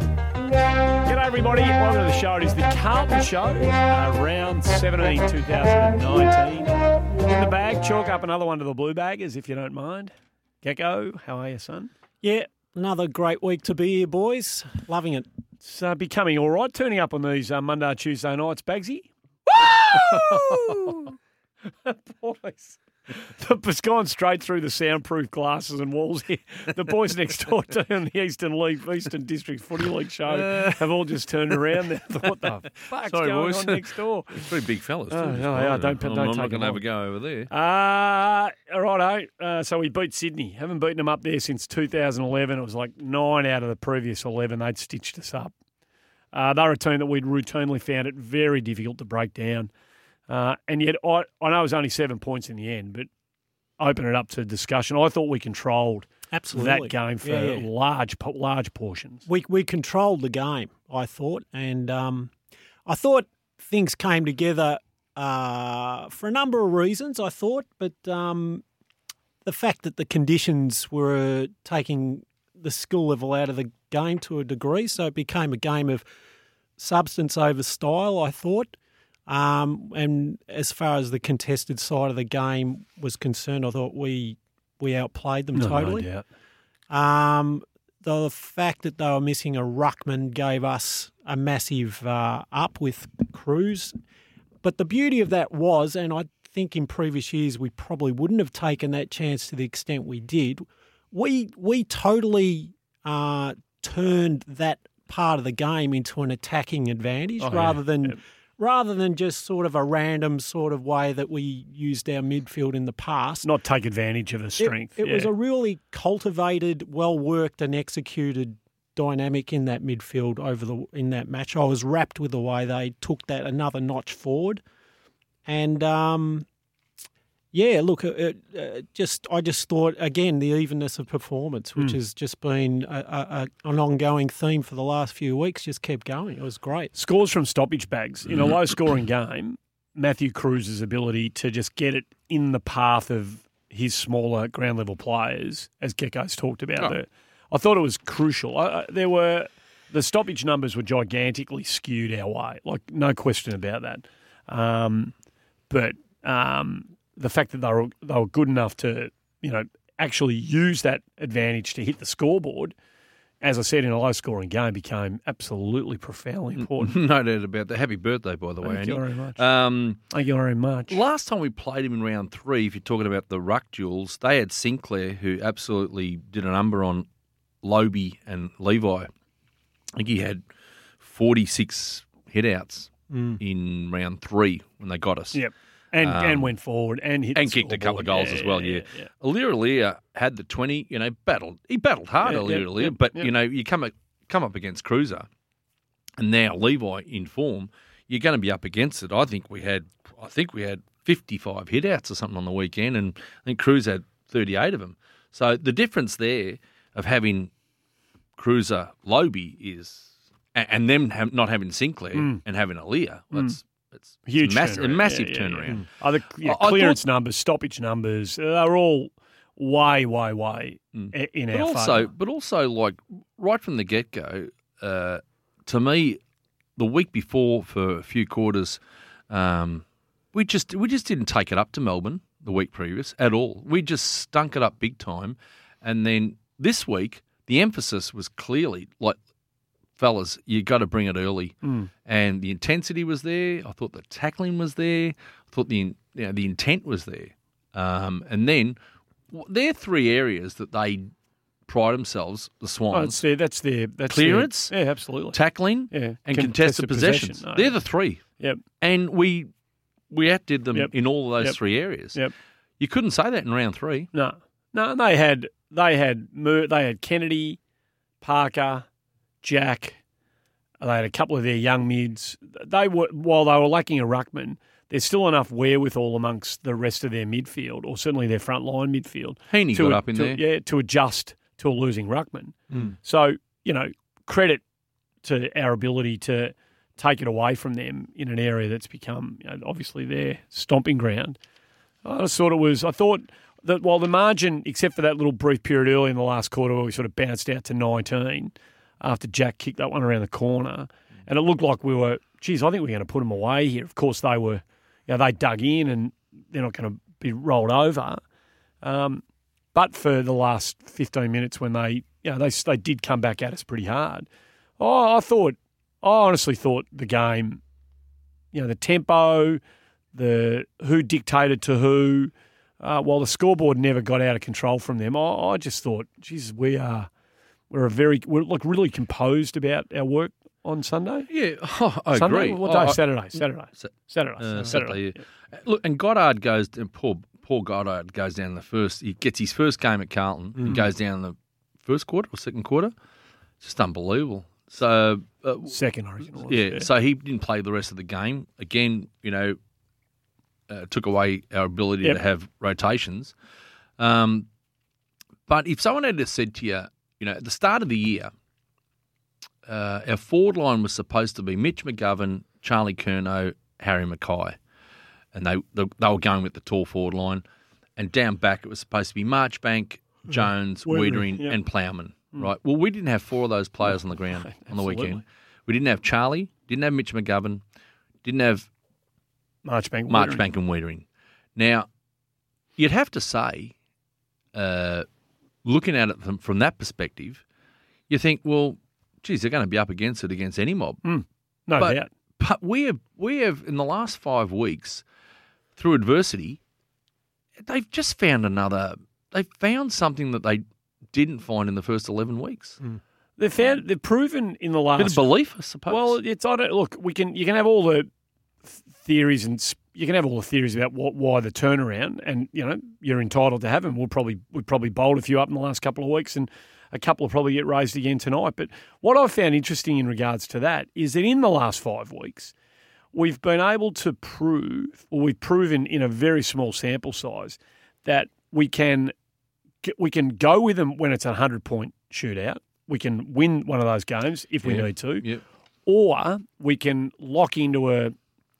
G'day, everybody. Welcome to the show. It is the Carlton Show, uh, round 17, 2019. In the bag, chalk up another one to the blue baggers, if you don't mind. Gecko, how are you, son? Yeah, another great week to be here, boys. Loving it. It's uh, becoming all right, turning up on these uh, Monday, Tuesday nights, Bagsy. Woo! boys. The- It's gone straight through the soundproof glasses and walls here. The boys next door to in the Eastern League, Eastern District Footy League show have all just turned around. They thought, What the Uh. fuck's Sorry, going boys. on next door? Three big fellas. too. Oh, Just no, one yeah, of don't- them. don't I'm, I'm take not going them to have on. a go over there. Uh, righto. Uh, so we beat Sydney. Haven't beaten them up there since 2011. It was like nine out of the previous 11. They'd stitched us up. Uh, they're a team that we'd routinely found it very difficult to break down. Uh, and yet, I, I know it was only seven points in the end, but open it up to discussion. I thought we controlled Absolutely. that game for Yeah, yeah. large po- large portions. We we controlled the game, I thought, and um, I thought things came together uh, for a number of reasons. I thought, but um, the fact that the conditions were taking the skill level out of the game to a degree, so it became a game of substance over style. I thought. Um, and as far as the contested side of the game was concerned, I thought we we outplayed them totally. Um, the fact that they were missing a ruckman gave us a massive uh, up with Cruz. But the beauty of that was, and I think in previous years we probably wouldn't have taken that chance to the extent we did. We we totally uh, turned that part of the game into an attacking advantage rather than rather than just sort of a random sort of way that we used our midfield in the past. Not take advantage of a It- strength. It, was yeah. a really cultivated, well worked, and executed dynamic in that midfield over the in that match. I was wrapped with the way they took that another notch forward, and um, yeah, look, it, it, uh, just I just thought again the evenness of performance, Hmm. which has just been a, a, a, an ongoing theme for the last few weeks, just kept going. It was great. Scores from stoppage bags in a low scoring game. Matthew Cruz's ability to just get it in the path of his smaller ground level players, as Gecko's talked about. Oh. The- I thought it was crucial. I, I, there were the stoppage numbers were gigantically skewed our way, like no question about that. Um, but um, the fact that they were they were good enough to you know actually use that advantage to hit the scoreboard, as I said in a low scoring game, became absolutely profoundly important. no doubt about that. Happy birthday, by the way, Thank you Andy. very much. Um, Thank you very much. last time we played him in round three, if you're talking about the ruck duels, they had Sinclair, who absolutely did a number on Lobe and Levi. I think he had 46 hitouts in round three when they got us. Yep. And Um, and went forward and hit and the kicked a couple of scoreboard. goals as well. Yeah, Alir Alir had the twenty. You know, battled. He battled hard, Yeah, Alir yeah, Alir. yeah, but yeah. you know, you come a, come up against Cruiser, and now Levi in form. You're going to be up against it. I think we had. I think we had fifty five hitouts or something on the weekend, and I think Cruz had thirty eight of them. So the difference there of having Cruiser Lobe is, a- and them ha- not having Sinclair and having Alir. That's that's it's Mm. Huge mass- a turnaround. massive Yeah, Mm. yeah, yeah. turnaround. Other yeah, I- I clearance numbers, stoppage numbers, they're all way, way, way i- in Mm. our but also, favour. but also, like right from the get go, uh, to me, the week before for a few quarters, um, we just we just didn't take it up to Melbourne the week previous at all. We just stunk it up big time, and then this week the emphasis was clearly like, fellas, you got to bring it early, Mm. and the intensity was there. I thought the tackling was there. I thought the in- you know, the intent was there, um, and then. w- There are three areas that they pride themselves, Oh, the it's Swans, their, that's their that's their- Clearance? yeah, absolutely. tackling Yeah, and contested contested, possession. Oh, possessions. No. They're the three, yep, and we we outdid them Yep. in all of those Yep. three areas. yep. You couldn't say that in round three. No, no. and They had they had Mur- they had Kennedy, Parker, Jack. They had a couple of their young mids. They were while they were lacking a ruckman, there's still enough wherewithal amongst the rest of their midfield, or certainly their front line midfield, Heaney to got a- up in to- there. Hmm. Yeah, to adjust to a losing ruckman. So you know, credit to our ability to take it away from them in an area that's become you know, obviously their stomping ground. I just thought it was. I thought that while the margin, except for that little brief period early in the last quarter where we sort of bounced out to 19 after Jack kicked that one around the corner, and it looked like we were, geez, I think we're going to put them away here. Of course, they were, you know, they dug in and they're not going to be rolled over. Um, but for the last 15 minutes when they, you know, they, they did come back at us pretty hard. Oh, I thought, I honestly thought the game, you know, the tempo, the who dictated to who. Uh, while the scoreboard never got out of control from them, I, I just thought, geez, we are we're a very we're like really composed about our work on Sunday. Yeah, I Sunday? agree. What I- day? I- Saturday, Saturday, Sa- Saturday, Uh, Saturday. Saturday. yeah. Look, and Goddard goes and poor poor Goddard goes down in the first. He gets his first game at Carlton. He goes down in the first quarter or second quarter. It's just unbelievable. So uh, Second, I reckon. it was, yeah, so he didn't play the rest of the game. Again, you know, uh, took away our ability Yep. to have rotations. Um, but if someone had just said to you, you know, at the start of the year, uh, our forward line was supposed to be Mitch McGovern, Charlie Curnow, Harry Mackay, and they they, they were going with the tall forward line, and down back it was supposed to be Marchbank, Jones, Wiedering, Wiedering, Mm-hmm. yep. and Plowman. Right. Well, we didn't have four of those players on the ground on the weekend. We didn't have Charlie, didn't have Mitch McGovern, didn't have Marchbank. Wittering. Marchbank and Wiedering. Now, you'd have to say, uh, looking at it from, from that perspective, you think, well, geez, they're going to be up against it against any mob. No but- doubt. But we have, we have in the last five weeks, through adversity, they've just found another. They've found something that they didn't find in the first eleven weeks. They found they've proven in the A bit of last. belief, I suppose. Well, it's I don't look. We can you can have all the th- theories and sp- you can have all the theories about what why the turnaround, and you know you're entitled to have them. We'll probably we probably bowled a few up in the last couple of weeks, and a couple will probably get raised again tonight. But what I found interesting in regards to that is that in the last five weeks, we've been able to prove, or we've proven in a very small sample size, that we can we can go with them when it's a hundred point shootout. We can win one of those games if we Yeah. need to Yep. or we can lock into a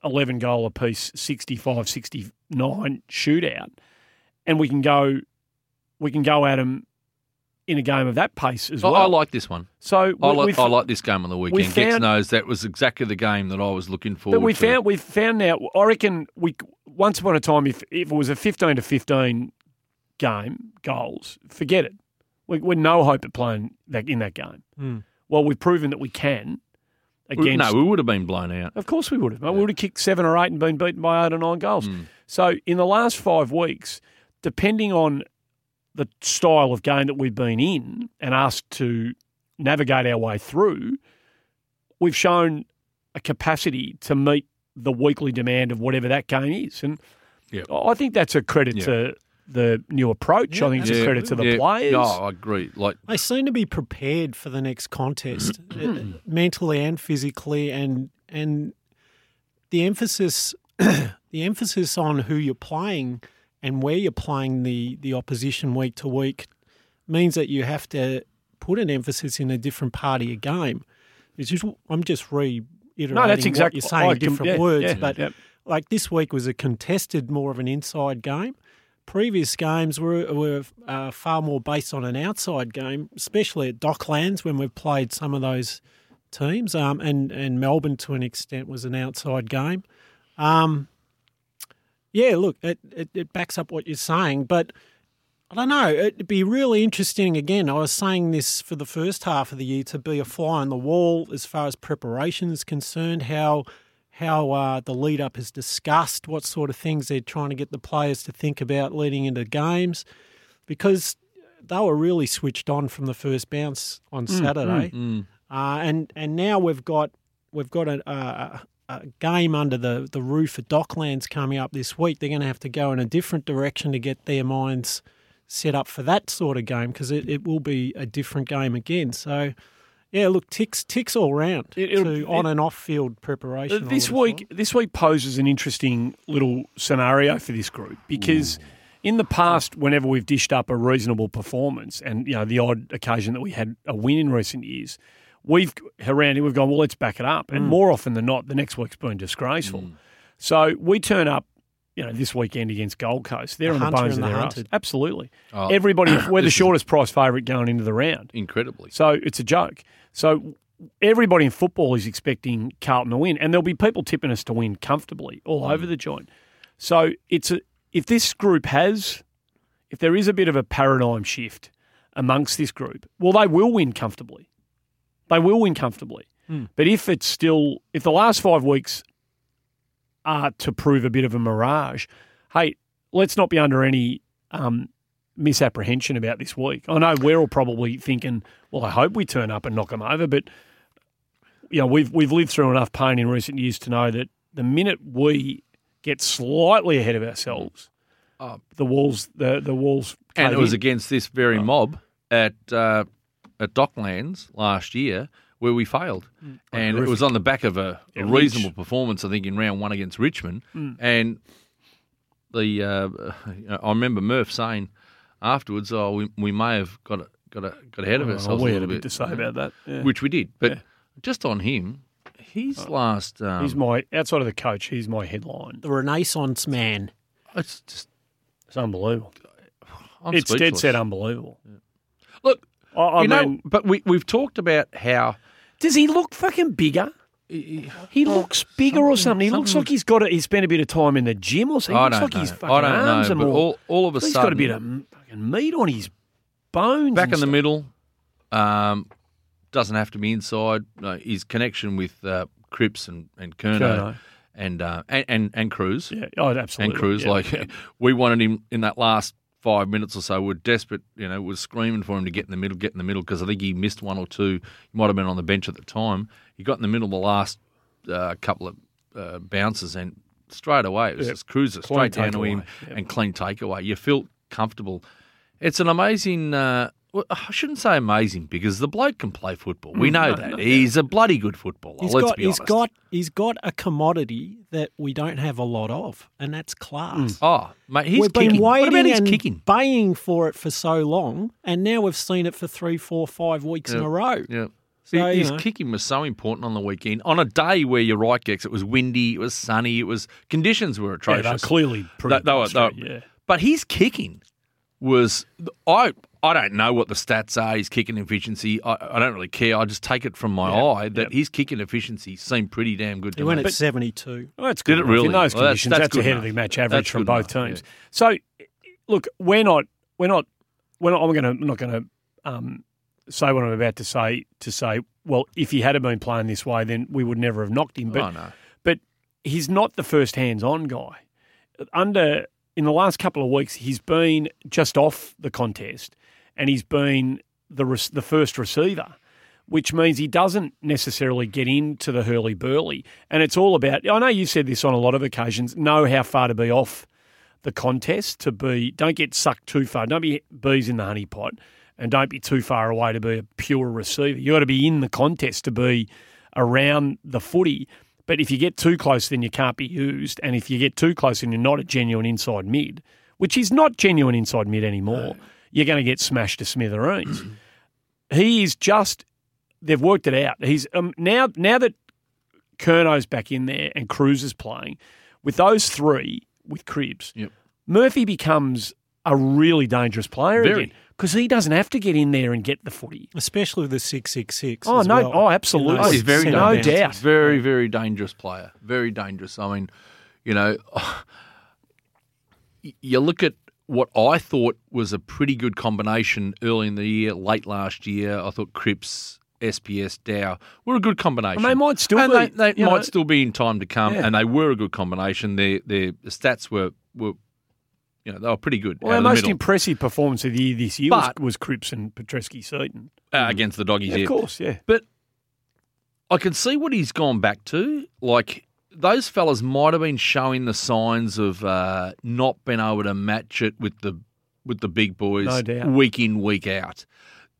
11 goal apiece 65 69 shootout and we can go we can go at them in a game of that pace as I, well I like this one. so I we- like, we've- I like this game on the weekend. Gets found- knows that was exactly the game that I was looking for. but we found we found now I reckon we once upon a time if if it was a 15 to 15 game goals forget it we, we're no hope at playing that in that game well we've proven that we can against No, we would have been blown out. Of course we would have. mate. We would have kicked seven or eight and been beaten by eight or nine goals. Hmm. So in the last five weeks, depending on the style of game that we've been in and asked to navigate our way through, we've shown a capacity to meet the weekly demand of whatever that game is. And Yep. I I think that's a credit Yeah. to the new approach. I think it's a credit to the yeah. players. Yeah, I agree. Like They seem to be prepared for the next contest, uh, mentally and physically, and and the emphasis the emphasis on who you're playing and where you're playing the the opposition week to week means that you have to put an emphasis in a different part of your game. It's just I'm just reiterating No, that's what exactly you're saying in different words, but yep. like this week was a contested, more of an inside game. Previous games were were uh, far more based on an outside game, especially at Docklands when we've played some of those teams, um, and and Melbourne to an extent was an outside game. Um, yeah, look, it, it it backs up what you're saying, but I don't know. It'd be really interesting. Again, I was saying this for the first half of the year to be a fly on the wall as far as preparation is concerned. How how uh, the lead up is discussed, what sort of things they're trying to get the players to think about leading into games, because they were really switched on from the first bounce on Mm, Saturday, Uh, and and now we've got we've got a. a a game under the, the roof at Docklands coming up this week. They're going to have to go in a different direction to get their minds set up for that sort of game because it, it will be a different game again. So Yeah, look, ticks ticks all round It- to it'll- on it- and off field preparation. I This would have week, this week poses an interesting little scenario for this group Mm. because in the past, whenever we've dished up a reasonable performance, and you know the odd occasion that we had a win in recent years, we've around we've gone well, let's back it up, Mm. and more often than not, the next week's been disgraceful. So we turn up. You know, this weekend against Gold Coast, they're The on the hunter bones and of the their ass. hunted. Absolutely, Oh, everybody. We're the this is- shortest price favourite going into the round. Incredibly. So it's a joke. So everybody in football is expecting Carlton to win, and there'll be people tipping us to win comfortably all over the joint. So it's a, if this group has, if there is a bit of a paradigm shift amongst this group, well, they will win comfortably. They will win comfortably. But if it's still, if the last five weeks are to prove a bit of a mirage, hey, let's not be under any um, misapprehension about this week. I know we're all probably thinking, well, I hope we turn up and knock them over, but you know, we've we've lived through enough pain in recent years to know that the minute we get slightly ahead of ourselves, Oh. the walls the the walls and cave it was in. against this very mob at uh, at Docklands last year where we failed, Mm. and it was on the back of a, a Lynch. reasonable performance, I think, in round one against Richmond, Mm. and the uh, I remember Murph saying afterwards, "Oh, we, we may have got a, got a, got ahead of Oh, ourselves a we had little a bit to bit," say about that. Yeah. Oh. which we did, but just on him, his last um, He's my outside of the coach. He's my headline. thought. the Renaissance man. it's just It's unbelievable. I'm it's dead speechless. set unbelievable. Look, I, I you know, mean, but we we've talked about how. does he look fucking bigger? He looks bigger or something. He looks like he's got a, he spent a bit of time in the gym or something. He I looks don't like know. his fucking I don't arms know. are But more. all, all of a he's sudden, got a bit of m- fucking meat on his bones. back and in the stuff. middle. Um, doesn't have to be inside. No, his connection with uh, Cripps and and Kerno, Curnow. And, uh, and and and Cruz Yeah, oh, absolutely. and Cruz. yeah. Like we wanted him in that last five minutes or so. We're desperate. You know, we're screaming for him to get in the middle, get in the middle, because I think he missed one or two. He might have been on the bench at the time. He got in the middle of the last uh, couple of uh, bounces and straight away it was just Cruz Clean straight down to takeaway, him yeah. and clean takeaway. You felt comfortable. It's an amazing. Uh, well, I shouldn't say amazing because the bloke can play football. Mm, We know that he's a bloody good footballer. He's let's got be he's honest. got he's got a commodity that we don't have a lot of, and that's class. Oh, mate, he's we've kicking. been waiting what about his and kicking? baying for it for so long, and now we've seen it for three, four, five weeks in Yeah. a row. Yeah. So, his you know. kicking was so important on the weekend. On a day where you're right, Gex, it was windy, it was sunny, it was conditions were yeah, atrocious. they're clearly pretty. They- they were- they were- yeah. But his kicking was I I don't know what the stats are. His kicking efficiency, I, I don't really care. I just take it from my eye that his kicking efficiency seemed pretty damn good. He To went me. at seventy two. Well, that's good. Did it enough. really? In those Well, that's- conditions, that's that's, good ahead of enough. the match average That's from good both enough, teams. So, look, we're not, we're not, we're not. I'm going to not going to um, say what I'm about to say to say. Well, if he had been playing this way, then we would never have knocked him. But oh no, but he's not the first hands-on guy. Under in the last couple of weeks, he's been just off the contest, and he's been the re- the first receiver, which means he doesn't necessarily get into the hurly burly. And it's all about. I know you said this on a lot of occasions. Know how far to be off the contest to be. Don't get sucked too far. Don't be bees in the honey pot, and don't be too far away to be a pure receiver. You got to be in the contest to be around the footy. But if you get too close, then you can't be used. And if you get too close, and you're not a genuine inside mid, which is not genuine inside mid anymore, you're going to get smashed to smithereens. he is just. They've worked it out. He's um, now now that Kerno's back in there and Cruz is playing, with those three with Cribs, Yep. Murphy becomes a really dangerous player Very. again because he doesn't have to get in there and get the footy. Especially with the six six six. Oh no! Oh, absolutely. Oh, he's very no dangerous. doubt. very very dangerous player. Very dangerous. I mean, you know, you look at what I thought was a pretty good combination early in the year, late last year. I thought Cripps, SPS, Dow were a good combination. And they might still And be, They, they you might know. still be in time to come, Yeah. and they were a good combination. Their their stats were were, you know, they were pretty good. Well, out our of the most middle, impressive performance of the year this year But- was, was Cripps and Petreski Seaton. uh, against the doggies. Yeah, here. Of course, yeah. But I can see what he's gone back to. Like those fellas might have been showing the signs of uh, not being able to match it with the with the big boys No doubt. week in week out.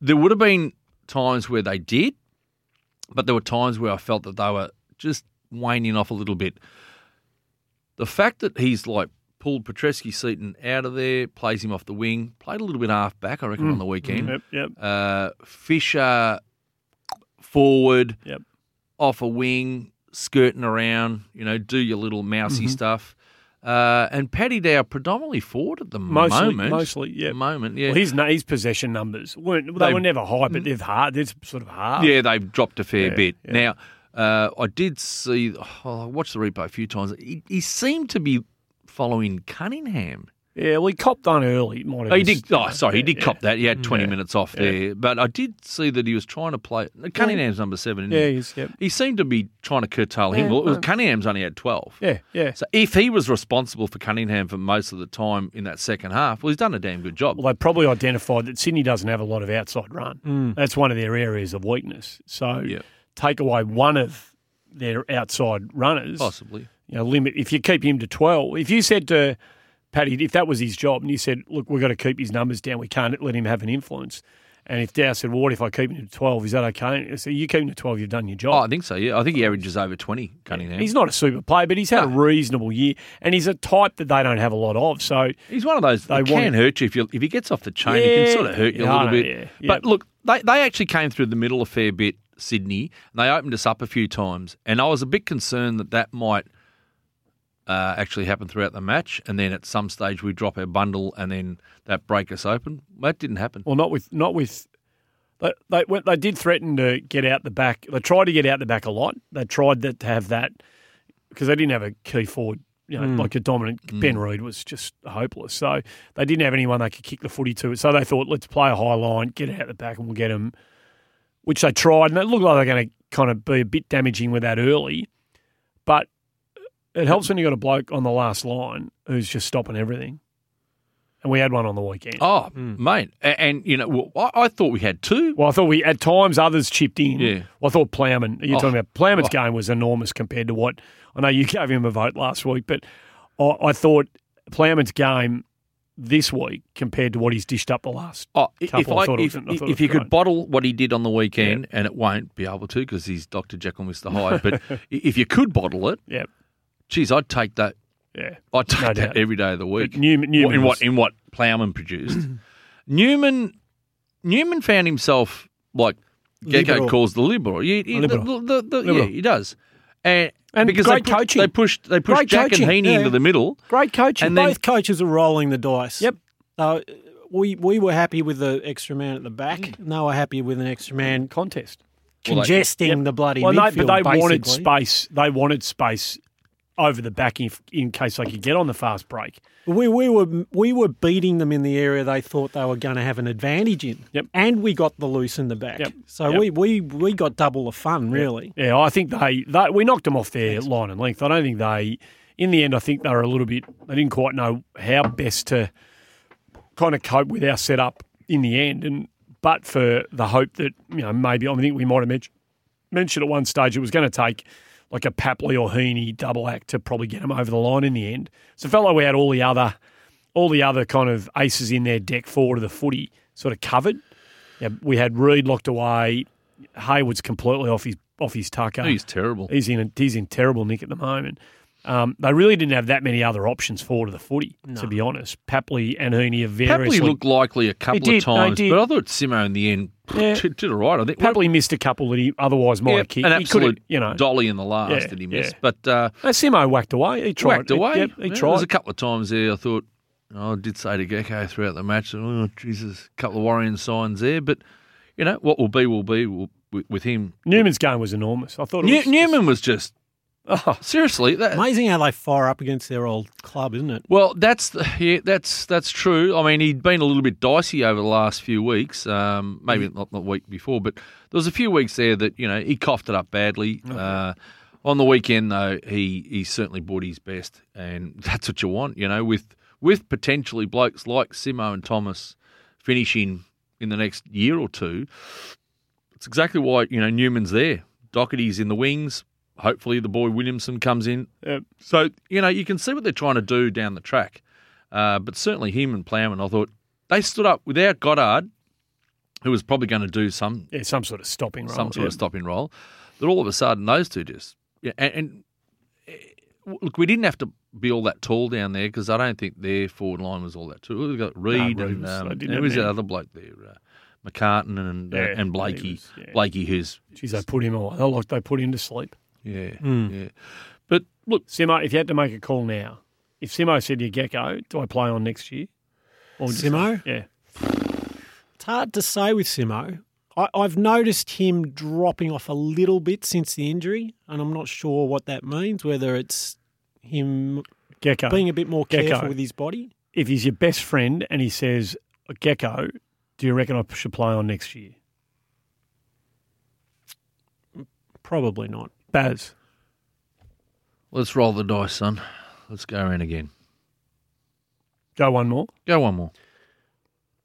There would have been times where they did, but there were times where I felt that they were just waning off a little bit. The fact that he's like pulled Petreski Seaton out of there, plays him off the wing, played a little bit half back, I Mm. reckon, on the weekend. Yep, yep, Uh, Fisher forward, yep. off a wing, skirting around, you know, do your little mousy Mm-hmm. stuff. Uh, and Paddy Dow predominantly forward at the Mostly- moment. mostly, yeah. Moment, yeah. Well, his, na- his possession numbers weren't they, They- Mm. were never high, but they've hard. They're sort of hard. Yeah, they've dropped a fair Yeah, bit. yeah. Now, uh, I did see, oh, I watched the replay a few times. He, he seemed to be following Cunningham. yeah. Well, he copped on early. Might have Oh, he just- did. Oh, sorry, he yeah, did yeah. cop that. He had 20 Yeah. minutes off Yeah. there. But I did see that he was trying to play. Cunningham's number seven. Yeah, Isn't he's yep. he? he seemed to be trying to curtail him. Yeah, well, no. Cunningham's only had 12. Yeah, yeah. So if he was responsible for Cunningham for most of the time in that second half, well, he's done a damn good job. Well, they probably identified that Sydney doesn't have a lot of outside run. That's one of their areas of weakness. So Mm. Yeah. take away one of their outside runners. Possibly. You know, limit if you keep him to twelve. If you said to Paddy, if that was his job, and you said, "Look, we've got to keep his numbers down. We can't let him have an influence." And if Dow said, "Well, what if I keep him to twelve? Is that okay?" I said, "You keep him to twelve, you've done your job." Oh, I think so, yeah. I think he averages over 20, Cunningham. He's not a super player, but he's had a reasonable year, and he's a type that they don't have a lot of. So He's one of those They that want can hurt you if you if he gets off the chain. he Yeah. can sort of hurt you Yeah, a I little know, bit. yeah, yeah. But look, they they actually came through the middle a fair bit, Sydney, and they opened us up a few times. And I was a bit concerned that that might uh, actually happen throughout the match. And then at some stage we drop our bundle, and then that break us open. That didn't happen. Well, not with not with. They they, went, they did threaten to get out the back. They tried to get out the back a lot. They tried that, to have that because they didn't have a key forward. You know, like a dominant Ben Reed was just hopeless. So they didn't have anyone they could kick the footy to. So they thought, let's play a high line, get out the back, and we'll get them. Which they tried, and it looked like they're going to kind of be a bit damaging with that early. But it helps when you got a bloke on the last line who's just stopping everything. And we had one on the weekend. Oh, mate, and, and you know, well, I, I thought we had two. Hmm. Well, I thought we at times others chipped in. Yeah. Well, I thought Plowman. You're Oh. talking about Plowman's Oh. game was enormous compared to what I know you gave him a vote last week, but I, I thought Plowman's game this week compared to what he's dished up the last. Oh, i- if Couple, I I, thought it if, was- I thought it was if you great. could bottle what he did on the weekend, and it won't be able to because he's Doctor Jekyll, and Mister Hyde. But i- if you could bottle it, Yeah. Geez, I'd take that. Yeah. I'd take No that doubt. every day of the week. But Newman- What- Newman in was- what in what Plowman produced, Newman Newman found himself like Gecko Liberal. calls the liberal. You- you- the- Liberal. the- the- the- Liberal. Yeah, he does. And, And because great they pushed, coaching. they pushed they pushed Great Jack coaching, and Heaney yeah. into the middle. Great coaching. And Both then- coaches are rolling the dice. Yep. Uh, we we were happy with the extra man at the back. They were happy with an extra man contest. Well, they- congesting the bloody Well, no, midfield. but they wanted basically. space. They wanted space over the back if, in case they could get on the fast break. We we were we were beating them in the area they thought they were going to have an advantage in. Yep. And we got the loose in the back. Yep. So Yep. we we we got double the fun really. Yeah, I think they, they we knocked them off their line and length. I don't think they, in the end, I think they were a little bit. They didn't quite know how best to kind of cope with our setup in the end. And but for the hope that you know maybe I think we might have mentioned mentioned at one stage it was going to take like a Papley or Heaney double act to probably get them over the line in the end. So it felt like we had all the other all the other kind of aces in their deck forward of the footy sort of covered. Yeah, we had Reed locked away. Hayward's completely off his off his tucker. Oh, He's terrible. He's in a, he's in terrible nick at the moment. Um, they really didn't have that many other options forward of the footy, to be honest. Papley and Heaney are Papley variously. looked likely a couple did, of they times, did. but I thought Simo in the end Yeah. did, did all right. I think Papley missed a couple that he otherwise might Yeah, have kicked. an he could've, absolute you know. dolly in the last Yeah, that he yeah. missed, but. Uh, Uh, Simo whacked away. He tried. whacked He- away. Yep, he Yeah, There tried. was a couple of times there. I thought oh, I did say to Gecko throughout the match, "Oh Jesus, a couple of worrying signs there." But you know what will be will be will, with, with him. Newman's game was enormous. I thought it New, was Newman was just Oh, seriously that. Amazing how they fire up against their old club, isn't it? well, that's the- yeah, that's that's true. I mean, he'd been a little bit dicey over the last few weeks. Um, maybe not the week before, but there was a few weeks there that you know he coughed it up badly. Uh, on the weekend, though, he he certainly brought his best, and that's what you want, you know, with with potentially blokes like Simo and Thomas finishing in the next year or two. It's exactly why you know Newman's there. Doherty's in the wings. Hopefully, the boy Williamson comes in. Yep. So you know you can see what they're trying to do down the track, uh, but certainly him and Plowman, I thought they stood up without Goddard who was probably going to do some Yeah, some sort of stopping role. some sort yeah. of stopping role. That all of a sudden, those two just yeah, and, and eh, look, we didn't have to be all that tall down there because I don't think their forward line was all that tall. We got Reed Reed and was- um, they didn't and who have was many. that other bloke there? Uh, McCartan and uh, Yeah, and he Blakey, was- yeah. Blakey, who's Jeez, they put him away. They like they put him to sleep. yeah, yeah. But look, Simo, if you had to make a call now, if Simo said to you, Gecko, do I play on next year? Or would you Simo? say- yeah. It's hard to say with Simo. I, I've noticed him dropping off a little bit since the injury, and I'm not sure what that means, whether it's him Gecko. being a bit more Gecko. careful with his body. if he's your best friend and he says, Gecko, do you reckon I should play on next year? Probably not. Baz. let's roll the dice, son. Let's go around again. Go one more. Go one more.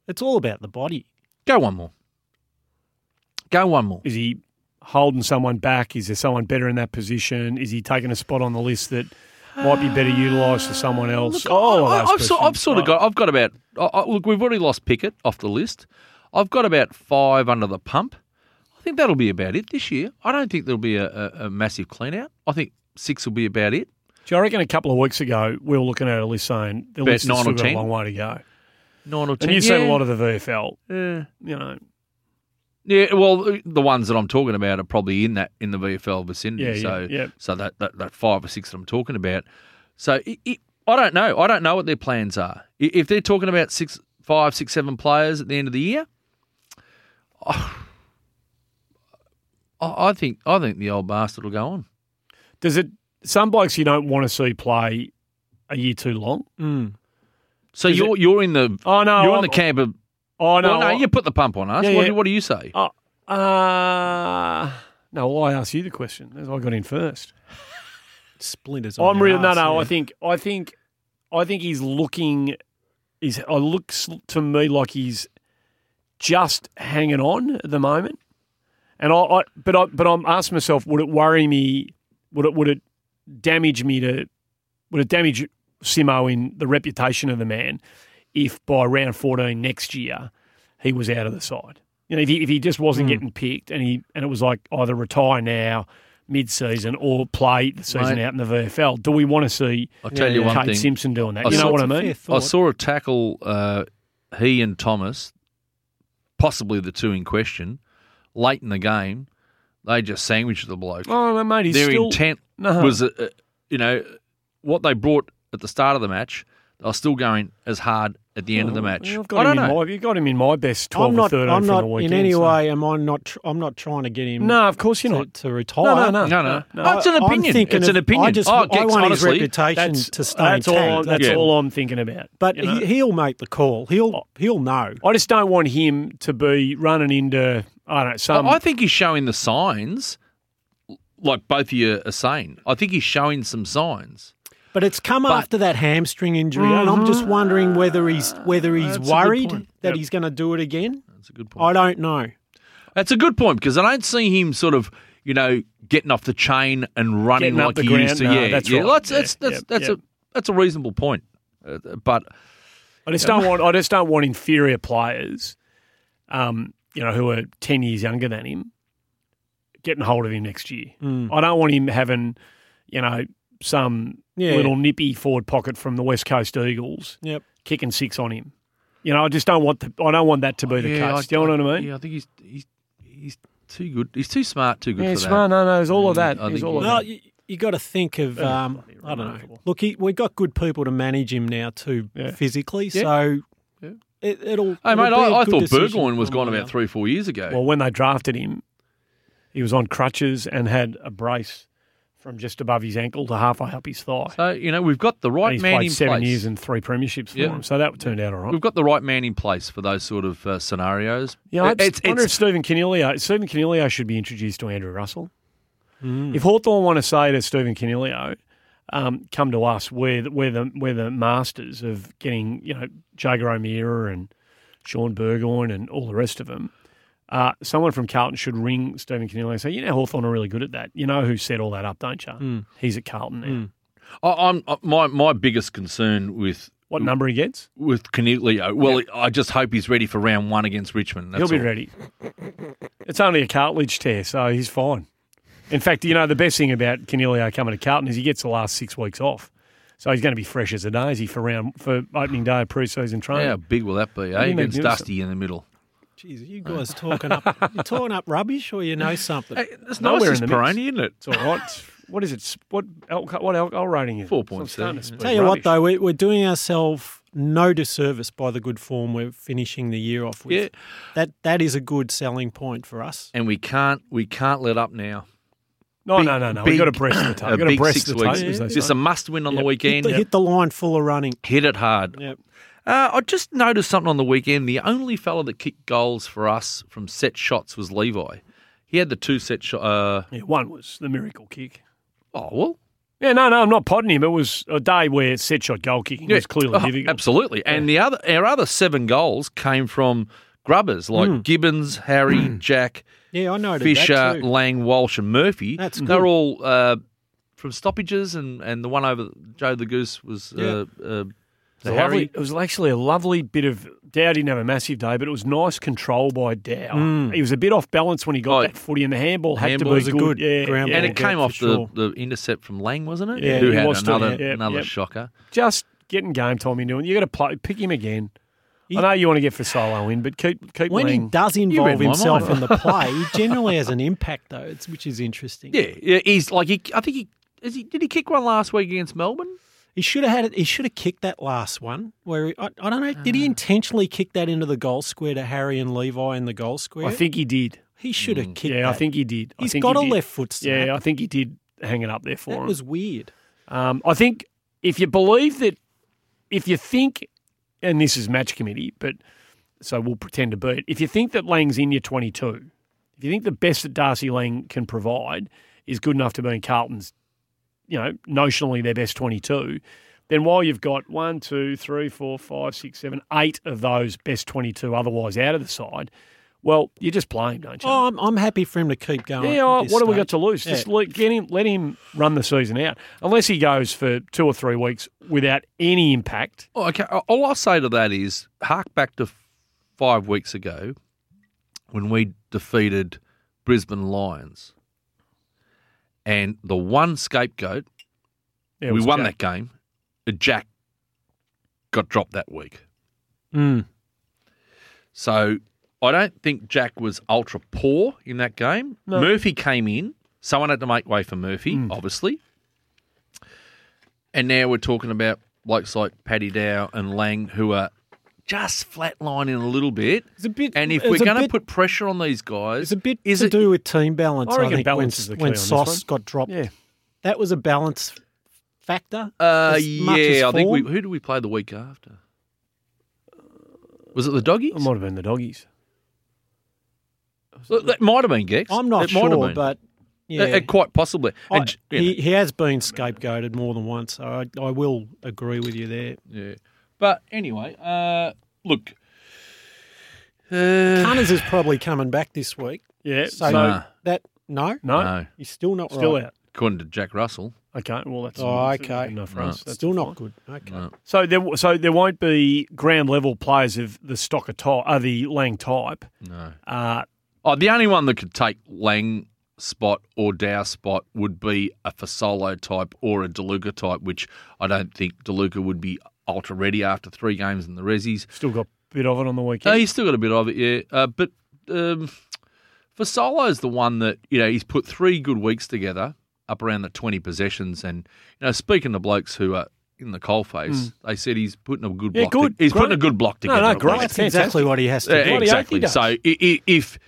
It's all about the body. Go one more. Go one more. Is he holding someone back? Is there someone better in that position? Is he taking a spot on the list that might be better utilised for someone else? All of Uh, I, those have sort, I've questions, sort of right. got. I've got about. I, I, look, we've already lost Pickett off the list. I've got about five under the pump. I think that'll be about it this year. I don't think there'll be a, a, a massive clean out. I think six will be about it. Do you reckon a couple of weeks ago we were looking at a list saying the Bet list nine has still or got a 10? long way to go? Nine or ten. And you've yeah. seen a lot of the VFL, Yeah. you know. Yeah, well, the ones that I'm talking about are probably in that in the VFL vicinity. Yeah, yeah, so, yeah. so that, that that five or six that I'm talking about. So it, it, I don't know. I don't know what their plans are. I- If they're talking about six, five, six, seven players at the end of the year, I, I think I think the old bastard will go on. Does it? Some blokes you don't want to see play a year too long. So Is it- you're you're in the Oh no, you're I'm- in the camp of. Oh No, no, no, I- you put the pump on us. Yeah, what, yeah. do- what do you say? Oh, uh, no, well, I asked you the question. as I got in first. Splinters. On Oh, I'm your really no, arse, no. yeah. I think, I think, I think he's looking. He's. It looks to me like he's just hanging on at the moment. And I, I but I, but I'm asking myself, would it worry me? Would it, would it damage me to? Would it damage Simo in the reputation of the man if by round 14 next year he was out of the side? You know, if he, if he just wasn't Hmm. getting picked and he and it was like either retire now mid season or play the season Mate. out in the VFL, do we want to see I'll tell you one Kate thing. Simpson doing that? I you know saw- what I It's a mean? fair I thought. saw a tackle, uh, he and Thomas, possibly the two in question, late in the game. They just sandwiched the bloke. Oh, mate, he's Their still intent Uh-huh. No. was, uh, uh, you know, what they brought at the start of the match, they were still going as hard at the end of the match. Yeah, I've I got don't him in know. my. You got him in my best 12 I'm not. or 13 I'm from not the weekend. in any so- way. Am I not? Tr- I'm not trying to get him. No, of course you're to, not. to No, retire. no, no. No, no. No, No, it's an I'm opinion. thinking It's of- an opinion. I just oh, I Gex, want honestly, his reputation That's, to stay that's all. I'm, intact. that's Yeah. all I'm thinking about. But you know? Oh. he, he'll make the call. He'll he'll know. I just don't want him to be running into I don't know some. um, I think he's showing the signs, like both of you are saying. I think he's showing some signs. But it's come after that hamstring injury, and I'm just wondering whether he's whether he's That's a good worried point. that Yep. he's going to do it again. That's a good point. I don't know. That's a good point because I don't see him sort of, you know, getting off the chain and running Getting up like the he ground. used to. No, yeah, that's yeah. right. That's Yeah, that's that's, yep, that's yep. a that's a reasonable point. Uh, but I just don't want. I just don't want inferior players, um, you know, who are ten years younger than him, getting hold of him next year. I don't want him having, you know, some Yeah. little nippy forward pocket from the West Coast Eagles Yep. kicking six on him. You know, I just don't want. The, I don't want that to be the yeah, case. Do you know what I mean? Yeah, I think he's he's he's too good. He's too smart. Too good Yeah, for it's fine. No, no, it's all of Yeah, that. I It's think all you- of No, that. Well, you, you got to think of. Um, I don't know. remarkable. Look, he, we've got good people to manage him now too, Yeah. physically. So it, it'll. that. Hey, mate, it'll be a I, I good thought decision Burgoyne was one gone way or about another. three, four years ago. Well, when they drafted him, he was on crutches and had a brace from just above his ankle to halfway up his thigh. so you know we've got the and right he's man played in seven place. years and three premierships for Yeah. him, so that turned out all right. We've got the right man in place for those sort of uh, scenarios. Yeah, I It- it's, just wonder it's- if Stephen Canelio, Stephen Canelio should be introduced to Andrew Russell. Hmm. If Hawthorn want to say to Stephen Canelio, um, come to us, we're the, we're, the, we're the masters of getting, you know, Jager O'Meara and Sean Burgoyne and all the rest of them. Uh, someone from Carlton should ring Stephen Canelio and say, you know, Hawthorn are really good at that. You know who set Hmm. all that up, don't you? He's at Carlton now. uh, I, I'm I- my my biggest concern with What number he gets? with Canelio. Well, I just hope he's ready for round one against Richmond. That's He'll be all. ready. It's only a cartilage tear, so he's fine. In fact, you know, the best thing about Canelio coming to Carlton is he gets the last six weeks off. So he's going to be fresh as a daisy for round for opening day of pre-season training. How big will that be? Eh? be Against magnificent. Dusty in the middle. Jeez, you guys talking up, you're talking up rubbish or you know something? It's Nowhere nice in in the the mix. Peroni, isn't it? It's all right. It's- What is it? It's- What alcohol, what alcohol rating is it? Four points So I'm there. starting to Tell speak you rubbish. what, though, we, we're doing ourselves no disservice by the good form we're finishing the year off with. Yeah. That that is a good selling point for us. And we can't we can't let up now. Oh, No, Big- no, no, no. We've big- got to press the tape. A We've got to big press six the weeks. tape. as they It's say. a must win on the Hit weekend. the, hit the line full of running. Hit it hard. Yep. Uh, I just noticed something on the weekend. The only fella that kicked goals for us from set shots was Levi. He had the two set shot. Uh, Yeah, one was the miracle kick. oh well, Yeah, no, no, I'm not potting him. It was a day where set shot goal kicking was clearly Oh, difficult. Absolutely. And the other our other seven goals came from grubbers like Hmm. Gibbons, Harry, Jack, Yeah, I noted that Fisher, too. Lang, Walsh, and Murphy. That's They're all uh, from stoppages, and, and the one over Joe the Goose was uh, uh, It was, a Harry. lovely, it was actually a lovely bit of Dow didn't have a massive day, but it was nice control by Dow. Hmm. He was a bit off balance when he got Oh, that footy, and the handball had to handball be was a good. good Yeah, ground yeah. and ball. it came yeah, off for the, sure. the intercept from Lang, wasn't it? Yeah, Who he had lost it, another yeah, yeah, another yeah. shocker. just getting game time into it. You got to play, pick him again. I know you want to get for solo in, but keep keep When he Lang- does involve read my himself in mind. the play, he generally has an impact though, it's, which is interesting. Yeah, yeah, he's like he. I think he, is he did he kick one last week against Melbourne? He should have had it. He should have kicked that last one. Where he, I, I don't know, did he intentionally kick that into the goal square to Harry and Levi in the goal square? I think he did. he should have kicked. Yeah, I that. think he did. I He's think got he a did. left foot snap. Yeah, I think he did hang it up there for that him. was weird. Um, I think if you believe that, if you think, and this is match committee, but so we'll pretend to be it. If you think that Lang's in your 22, if you think the best that Darcy Lang can provide is good enough to be in Carlton's, you know, notionally their best 22, then while you've got one, two, three, four, five, six, seven, eight of those best 22 otherwise out of the side, well, you just play him, don't you? Oh, I'm, I'm happy for him to keep going. Yeah, oh, at what this have we got to stage. lose? Just let, get him, let him run the season out, unless he goes for two or three weeks without any impact. Oh, okay. All I'll say to that is hark back to five weeks ago when we defeated Brisbane Lions, and the one scapegoat Yeah, it we was won Jack. that game. uh, Jack got dropped that week, Mm. so I don't think Jack was ultra poor in that game. Murphy came in. Someone had to make way for Murphy, Hmm. obviously. And now we're talking about blokes like Paddy Dow and Lang who are just flatlining a little bit. It's a bit- and if it's we're a going to bit- put pressure on these guys, It's a bit is to it, do with team balance. I I, reckon think balance is the when, key when on this Sauce got dropped, Yeah, Uh, that was a balance factor. Uh, as much as yeah, I think we, form. who did we play the week after? Was it the doggies? it Oh, might have been the doggies. Look, that might have been Gex. I'm not it might have sure, been. but yeah, It- it quite possibly. I- And, you know, he, he has been scapegoated more than once. So I, I will agree with you there. Yeah. But anyway, uh, look. Uh, Cunners is probably coming back this week. Yeah, so, So Nah. that no, no, no, he's still not still right. out. according to Jack Russell. Okay, well that's Oh, that's okay. good enough for Right. us. That's Still fine. not good. Okay. No. So there, so there won't be ground level players of the Stocker type, uh, the Lang type. No. Uh, Oh, the only one that could take Lang spot or Dow spot would be a Fasolo type or a DeLuca type, which I don't think DeLuca would be ultra ready after three games in the Rezzies. still got a bit of it on the Uh, weekend. he's still got a bit of it, yeah. Uh, but um, Fasolo's the one that, you know, he's put three good weeks together up around the 20 possessions. And, you know, speaking to blokes who are in the coalface, they said he's putting a good Hmm. Yeah, block. good, he's putting great. a good block No, no, together. at great. least. That's Fantastic. exactly what he has to Yeah, do. bloody oath he exactly. does. So i- i- if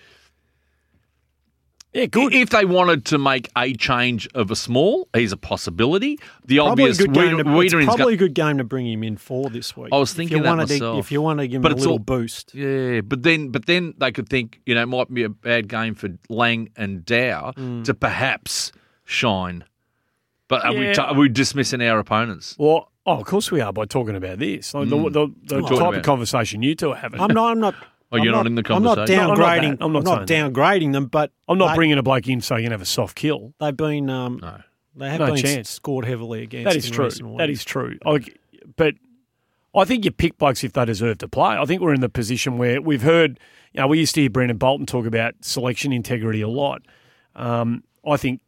yeah, good. if they wanted to make a change of a small, he's a possibility. Probably The a obvious good game. Weeder- To, it's Weedering's got- probably a good game to bring him in for this week. I was If thinking you that wanted to- myself. if you want to give him But a it's little all- boost, Yeah, but then but then they could think, you know, it might be a bad game for Lang and Dow to perhaps shine. But are, we Yeah. t- are we dismissing our opponents? Well, oh, of course we are by talking about this. Like the the, the type We're Mm. talking of about- conversation you two are having. I'm not. I'm not. Oh, you're I'm not in the conversation? I'm No, not I'm not downgrading. that. I'm not saying downgrading them, but I'm not they, bringing a bloke in so you can have a soft kill. They've been. Um, No. They have No been chance. scored heavily against. That is in true. recent That weeks. is true. I, but I think you pick blokes if they deserve to play. I think we're in the position where we've heard, you know, we used to hear Brendan Bolton talk about selection integrity a lot. Um, I think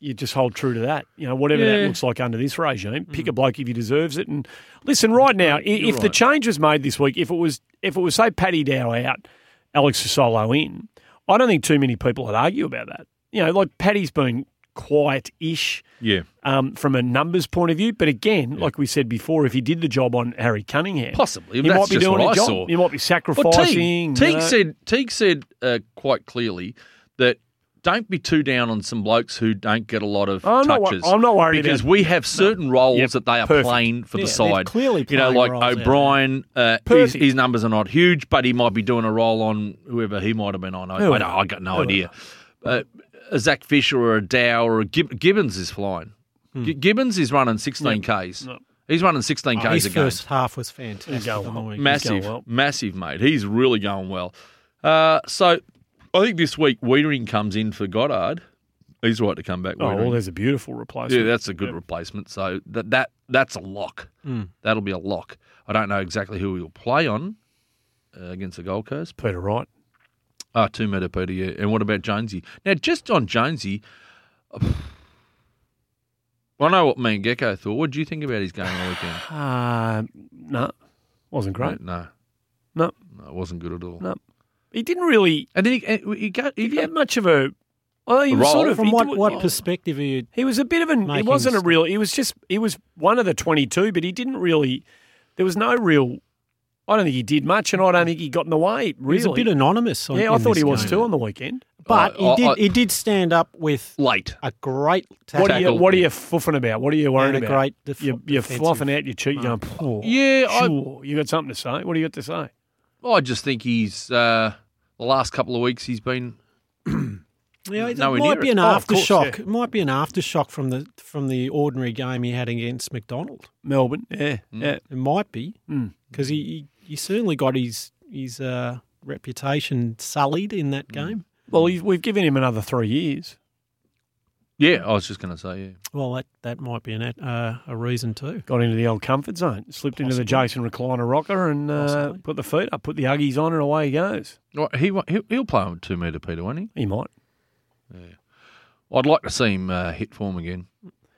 you just hold true to that. You know, whatever that Yeah. looks like under this regime, pick a bloke if he deserves it. And listen, right now, i if the change was made this week, if it was, if it was say Paddy Dow out, Alex Solo in, I don't think too many people would argue about that. You know, like Paddy's been quiet-ish Yeah. um, from a numbers point of view. But again, like we said before, if he did the job on Harry Cunningham, Possibly. he That's might be just doing what a I job. saw. He might be Well, sacrificing. Teague, you Teague know. said Teague said uh, quite clearly that don't be too down on some blokes who don't get a lot of I'm not wor- touches. I'm not worried because about- we have certain roles Yep, that they are perfect. playing for Yeah, the they're side. clearly you know, playing like roles out there. O'Brien, uh, his, Perfect. his numbers are not huge, but he might be doing a role on whoever he might have been on. I, I, Whoever. don't- I got no idea. Uh, a Zach Fisher or a Dow or a Gib- Gibbons is flying. Hmm. Gi- Gibbons is running 16 Ks. He's running Oh, 16 Ks His a game. first half was fantastic. Go on the on. weekend. Massive, well. massive, mate. He's really going well. Uh, so I think this week Wiedering comes in for Goddard. He's right to come back. "Oh, well, Wiedering. there's a beautiful replacement." yeah, that's a good replacement. So that that that's a lock. Hmm. That'll be a lock. I don't know exactly who he'll play on uh, against the Gold Coast. Peter Wright. Ah, two meter Peter. Yeah. And what about Jonesy? Now, just on Jonesy, I know what me and Gecko thought. What do you think about his game on the weekend? Uh, no, wasn't great. No, No, no, it wasn't good at all. no, he didn't really. And then he, and he got he He got had much of a. Well, he was Role? sort of From he what, did- what perspective are you? He was a bit of an. He Making wasn't a st- real. He was just. He was one of the twenty-two, but he didn't really. There was no real. I don't think he did much, and I don't think he got in the way. Really, He's a bit anonymous. on- yeah, I in thought this he was game. too on the weekend. But I- he did. I- He did stand up with late. a great What are tackle you? Tackle. What are you fluffing about? What are you worried and a about? great def- you're, you're defensive- fluffing out your cheek, going, "Poor, Yeah, I- sure. you got something to say? What do you got to say? I just think he's uh, the last couple of weeks he's been Yeah, it nowhere might near be it. an Oh, of course, aftershock. It might be an aftershock from the from the ordinary game he had against McDonald. Melbourne, yeah, yeah. It might be Hmm. because he, he he certainly got his his uh, reputation sullied in that Hmm. game. Well, he's, we've given him another three years. yeah. I was just going to say yeah. Well, that that might be an at- uh, a reason too. Got into the old comfort zone, slipped into the Jason recliner rocker, and uh, Possibly. put the feet up, put the uggies on, and away he goes. Well, He won't- he'll, he'll play on two meter Peter, won't he? He might. I'd like to see him uh, hit form again.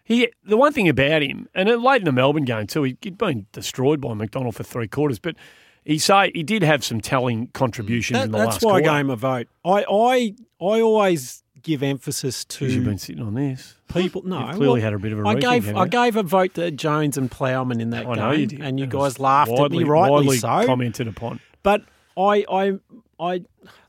He the one thing about him, and it- late in the Melbourne game too, he, he'd been destroyed by McDonald for three quarters, but he say he did have some telling contributions in That, the that's last why I quarter. gave him a vote. I I I always give emphasis Because you've to been sitting on this. people. No, You've clearly had a bit of a I rethink, gave haven't I you? gave a vote to Jones and Plowman in that I game, know you did, and you It guys was laughed widely, at me, rightly widely so. commented upon. But I, I, I,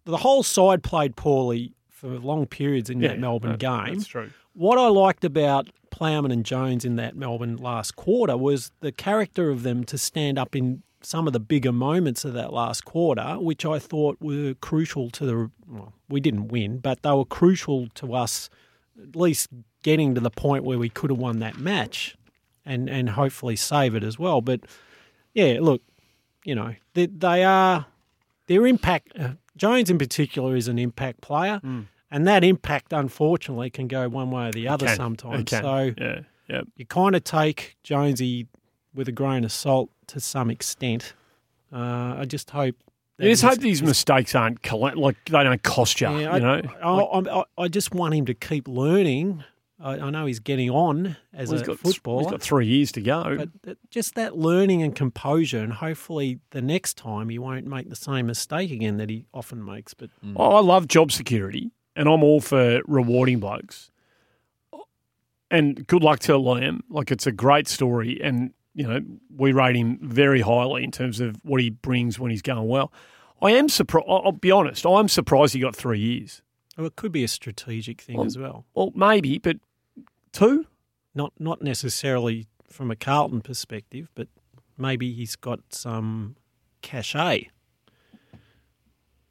the whole side played poorly for long periods in that Melbourne no, game. That's true. What I liked about Plowman and Jones in that Melbourne last quarter was the character of them to stand up in some of the bigger moments of that last quarter, which I thought were crucial to the. Well, we didn't win, but they were crucial to us at least getting to the point where we could have won that match, and and hopefully save it as well. But yeah, look, you know, they, they are their impact. Uh, Jones in particular is an impact player, and that impact, unfortunately, can go one way or the other Can. sometimes. Mm. It can. So yeah, yeah. you kind of take Jonesy with a grain of salt to some extent. Uh, I just hope. that You just he's- hope these mistakes aren't colla- like they don't cost you. yeah, you know, I, I, I, I just want him to keep learning. I, I know he's getting on as Well, a he's got footballer. He's got three years to go. But th- just that learning and composure, and hopefully the next time he won't make the same mistake again that he often makes. But Oh, I love job security, and I'm all for rewarding blokes. And good luck to Liam. Like it's a great story, and you know we rate him very highly in terms of what he brings when he's going well. I am surprised. I'll be honest. I'm surprised he got three years. oh, it could be a strategic thing as well, Well, maybe, but two. not not necessarily from a Carlton perspective, but maybe he's got some cachet.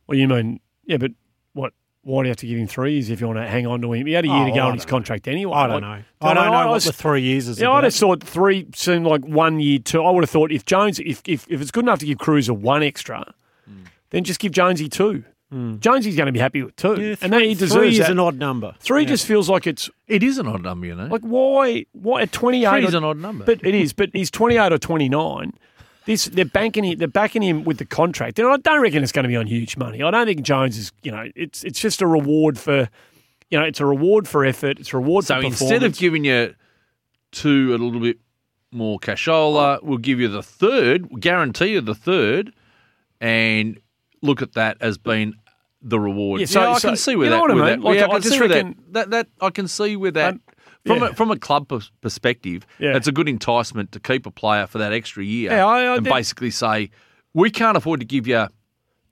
Well, you mean yeah, but what? Why do you have to give him three years if you want to hang on to him? He had a year Oh, to go I on his don't contract anyway. I Like, don't know. I don't know what was- the three years is. Yeah, about. I just thought three seemed like one year two. I would have thought if Jones, if if, if it's good enough to give Cruiser one extra, Hmm. then just give Jonesy two. Jonesy's going to be happy with two, Yeah, and then he three deserves is that. an odd number. three just feels like it's It is an odd number, you know. like why why at twenty eight Three's an odd number. but it is. But he's twenty eight or twenty nine. This they're banking him, they're backing him with the contract, and I don't reckon it's going to be on huge money. I don't think Jones is. You know, it's it's just a reward for, you know, it's a reward for effort. It's a reward So for instead of performance. giving you two a little bit more Oh. cashola, we'll give you the third, we'll guarantee you the third, and look at that as being the reward. Yeah, so- I so- can see where you know that. what I where mean? that- Like, yeah, I I can just see where reckon- that, that. That I can see where that. Um, from, yeah. a, from a club pers- perspective, Yeah. it's a good enticement to keep a player for that extra year Yeah, I- I and did- basically say, we can't afford to give you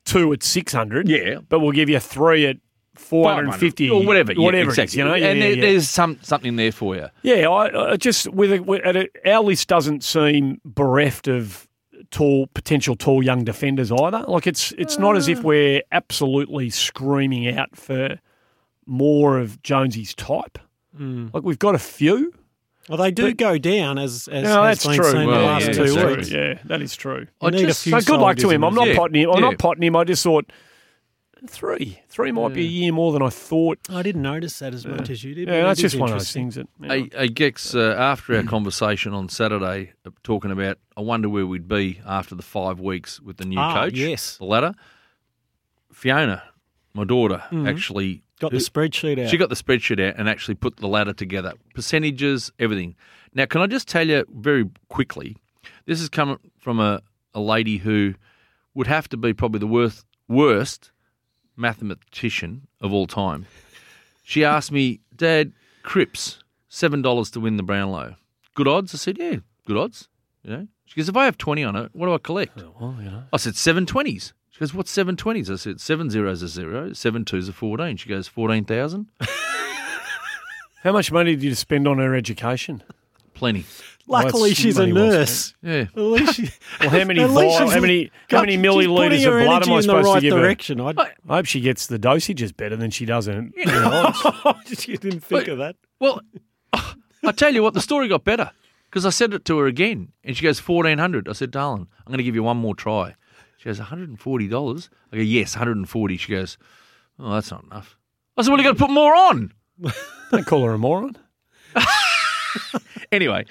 two at six hundred, Yeah. but we'll give you three at four hundred and fifty or whatever, yeah, whatever it is, exactly. you know, Yeah, and yeah, there- yeah. there's some something there for you. Yeah, I, I just with, a, with at a, our list doesn't seem bereft of tall potential tall young defenders either. Like it's it's not as if we're absolutely screaming out for more of Jonesy's type. Hmm. Like we've got a few. Well, they do But- go down as as No, has that's been true. seen Well, the yeah, last that's two true. weeks. Yeah, that is true. I need a just few So good luck to soldiers him. in I'm the not team. potting him. I'm Yeah. not potting him. I just thought three, three might be a year more than I thought. I didn't notice that as much as you did. Yeah, but that's it just is one of those interesting. things that. you know. Hey, hey Gex, uh, after our conversation on Saturday, uh, talking about, I wonder where we'd be after the five weeks with the new Ah, coach. yes. The latter. Fiona, my daughter, actually Mm-hmm. Got the spreadsheet out. she got the spreadsheet out and actually put the ladder together, percentages, everything. Now, can I just tell you very quickly? This is coming from a, a lady who would have to be probably the worst worst mathematician of all time. She asked me, Dad, Cripps, seven dollars to win the Brownlow. Good odds? I said, Yeah, good odds. You know? She goes, If I have twenty on it, what do I collect? Oh, I said, seven twenties. She goes, what's seven twenties? I said, seven zeros are zero, seven twos are 14. She goes, 14,000? How much money did you spend on her education? Plenty. Luckily, that's she's a money well spent. nurse. Yeah. At least she, Well, how many at least vial, she's- how many how God, many she's milliliters putting of her blood am energy I in the supposed right to give direction. I, her? I hope she gets the dosages better than she does in in odds. she didn't think of that. Well, I tell you what, the story got better because I said it to her again and she goes, 1,400. I said, darling, I'm going to give you one more try. She goes, $140? I go, yes, 140. She goes, oh, that's not enough. I said, well, you got to put more on. Don't call her a moron. Anyway,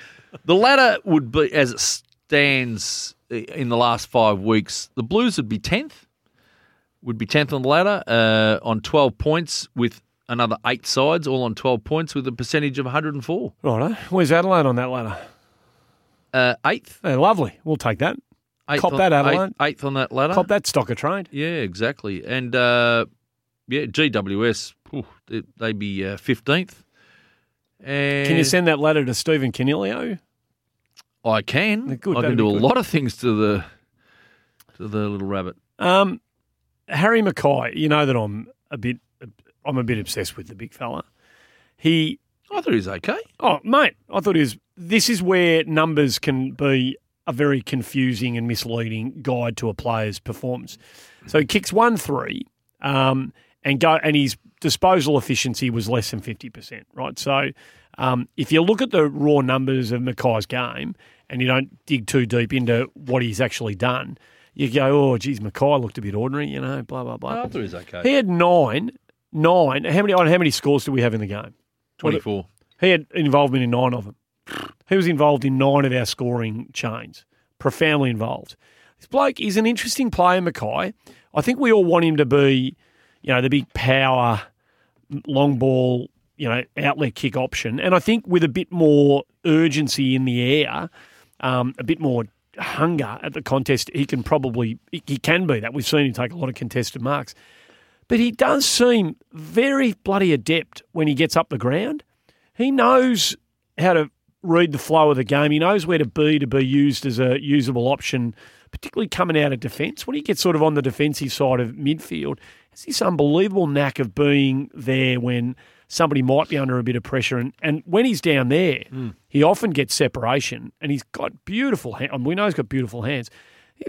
the ladder would be, as it stands in the last five weeks, the Blues would be 10th, would be 10th on the ladder uh, on 12 points with another eight sides, all on 12 points with a percentage of 104. Righto. Where's Adelaide on that ladder? Uh, eighth, Hey, lovely. We'll take that. eighth Cop on, that, Adelaide. eighth- eighth on that ladder. Cop that stock of trade. Yeah, exactly. And uh, yeah, GWS, ooh, they- they'd be uh, 15th. And Can you send that ladder to Stephen Canilio? I can. Good, I that'd can do be a good. lot of things to the to the little rabbit. Um, Harry Mackay. You know that I'm a bit I'm a bit obsessed with the big fella. He I thought he was okay. Oh, mate, I thought it was. This is where numbers can be a very confusing and misleading guide to a player's performance. So he kicks one three, um, and go, and his disposal efficiency was less than fifty percent. Right. So um, if you look at the raw numbers of Mackay's game, and you don't dig too deep into what he's actually done, you go, oh, geez, Mackay looked a bit ordinary, you know, blah blah I blah. thought he was okay. He had nine, nine. How many? On how many scores do we have in the game? 24. He had involvement in nine of them. He was involved in nine of our scoring chains, profoundly involved. This bloke is an interesting player, Mackay. I think we all want him to be, you know, the big power, long ball, you know, outlet kick option. And I think with a bit more urgency in the air, um, a bit more hunger at the contest, he can probably he can be that. We've seen him take a lot of contested marks, but he does seem very bloody adept when he gets up the ground he knows how to read the flow of the game. He knows where to be to be used as a usable option, particularly coming out of defence. When he gets sort of on the defensive side of midfield, has this unbelievable knack of being there when somebody might be under a bit of pressure. And, and when he's down there, Hmm. he often gets separation and he's got beautiful hands. We know he's got beautiful hands.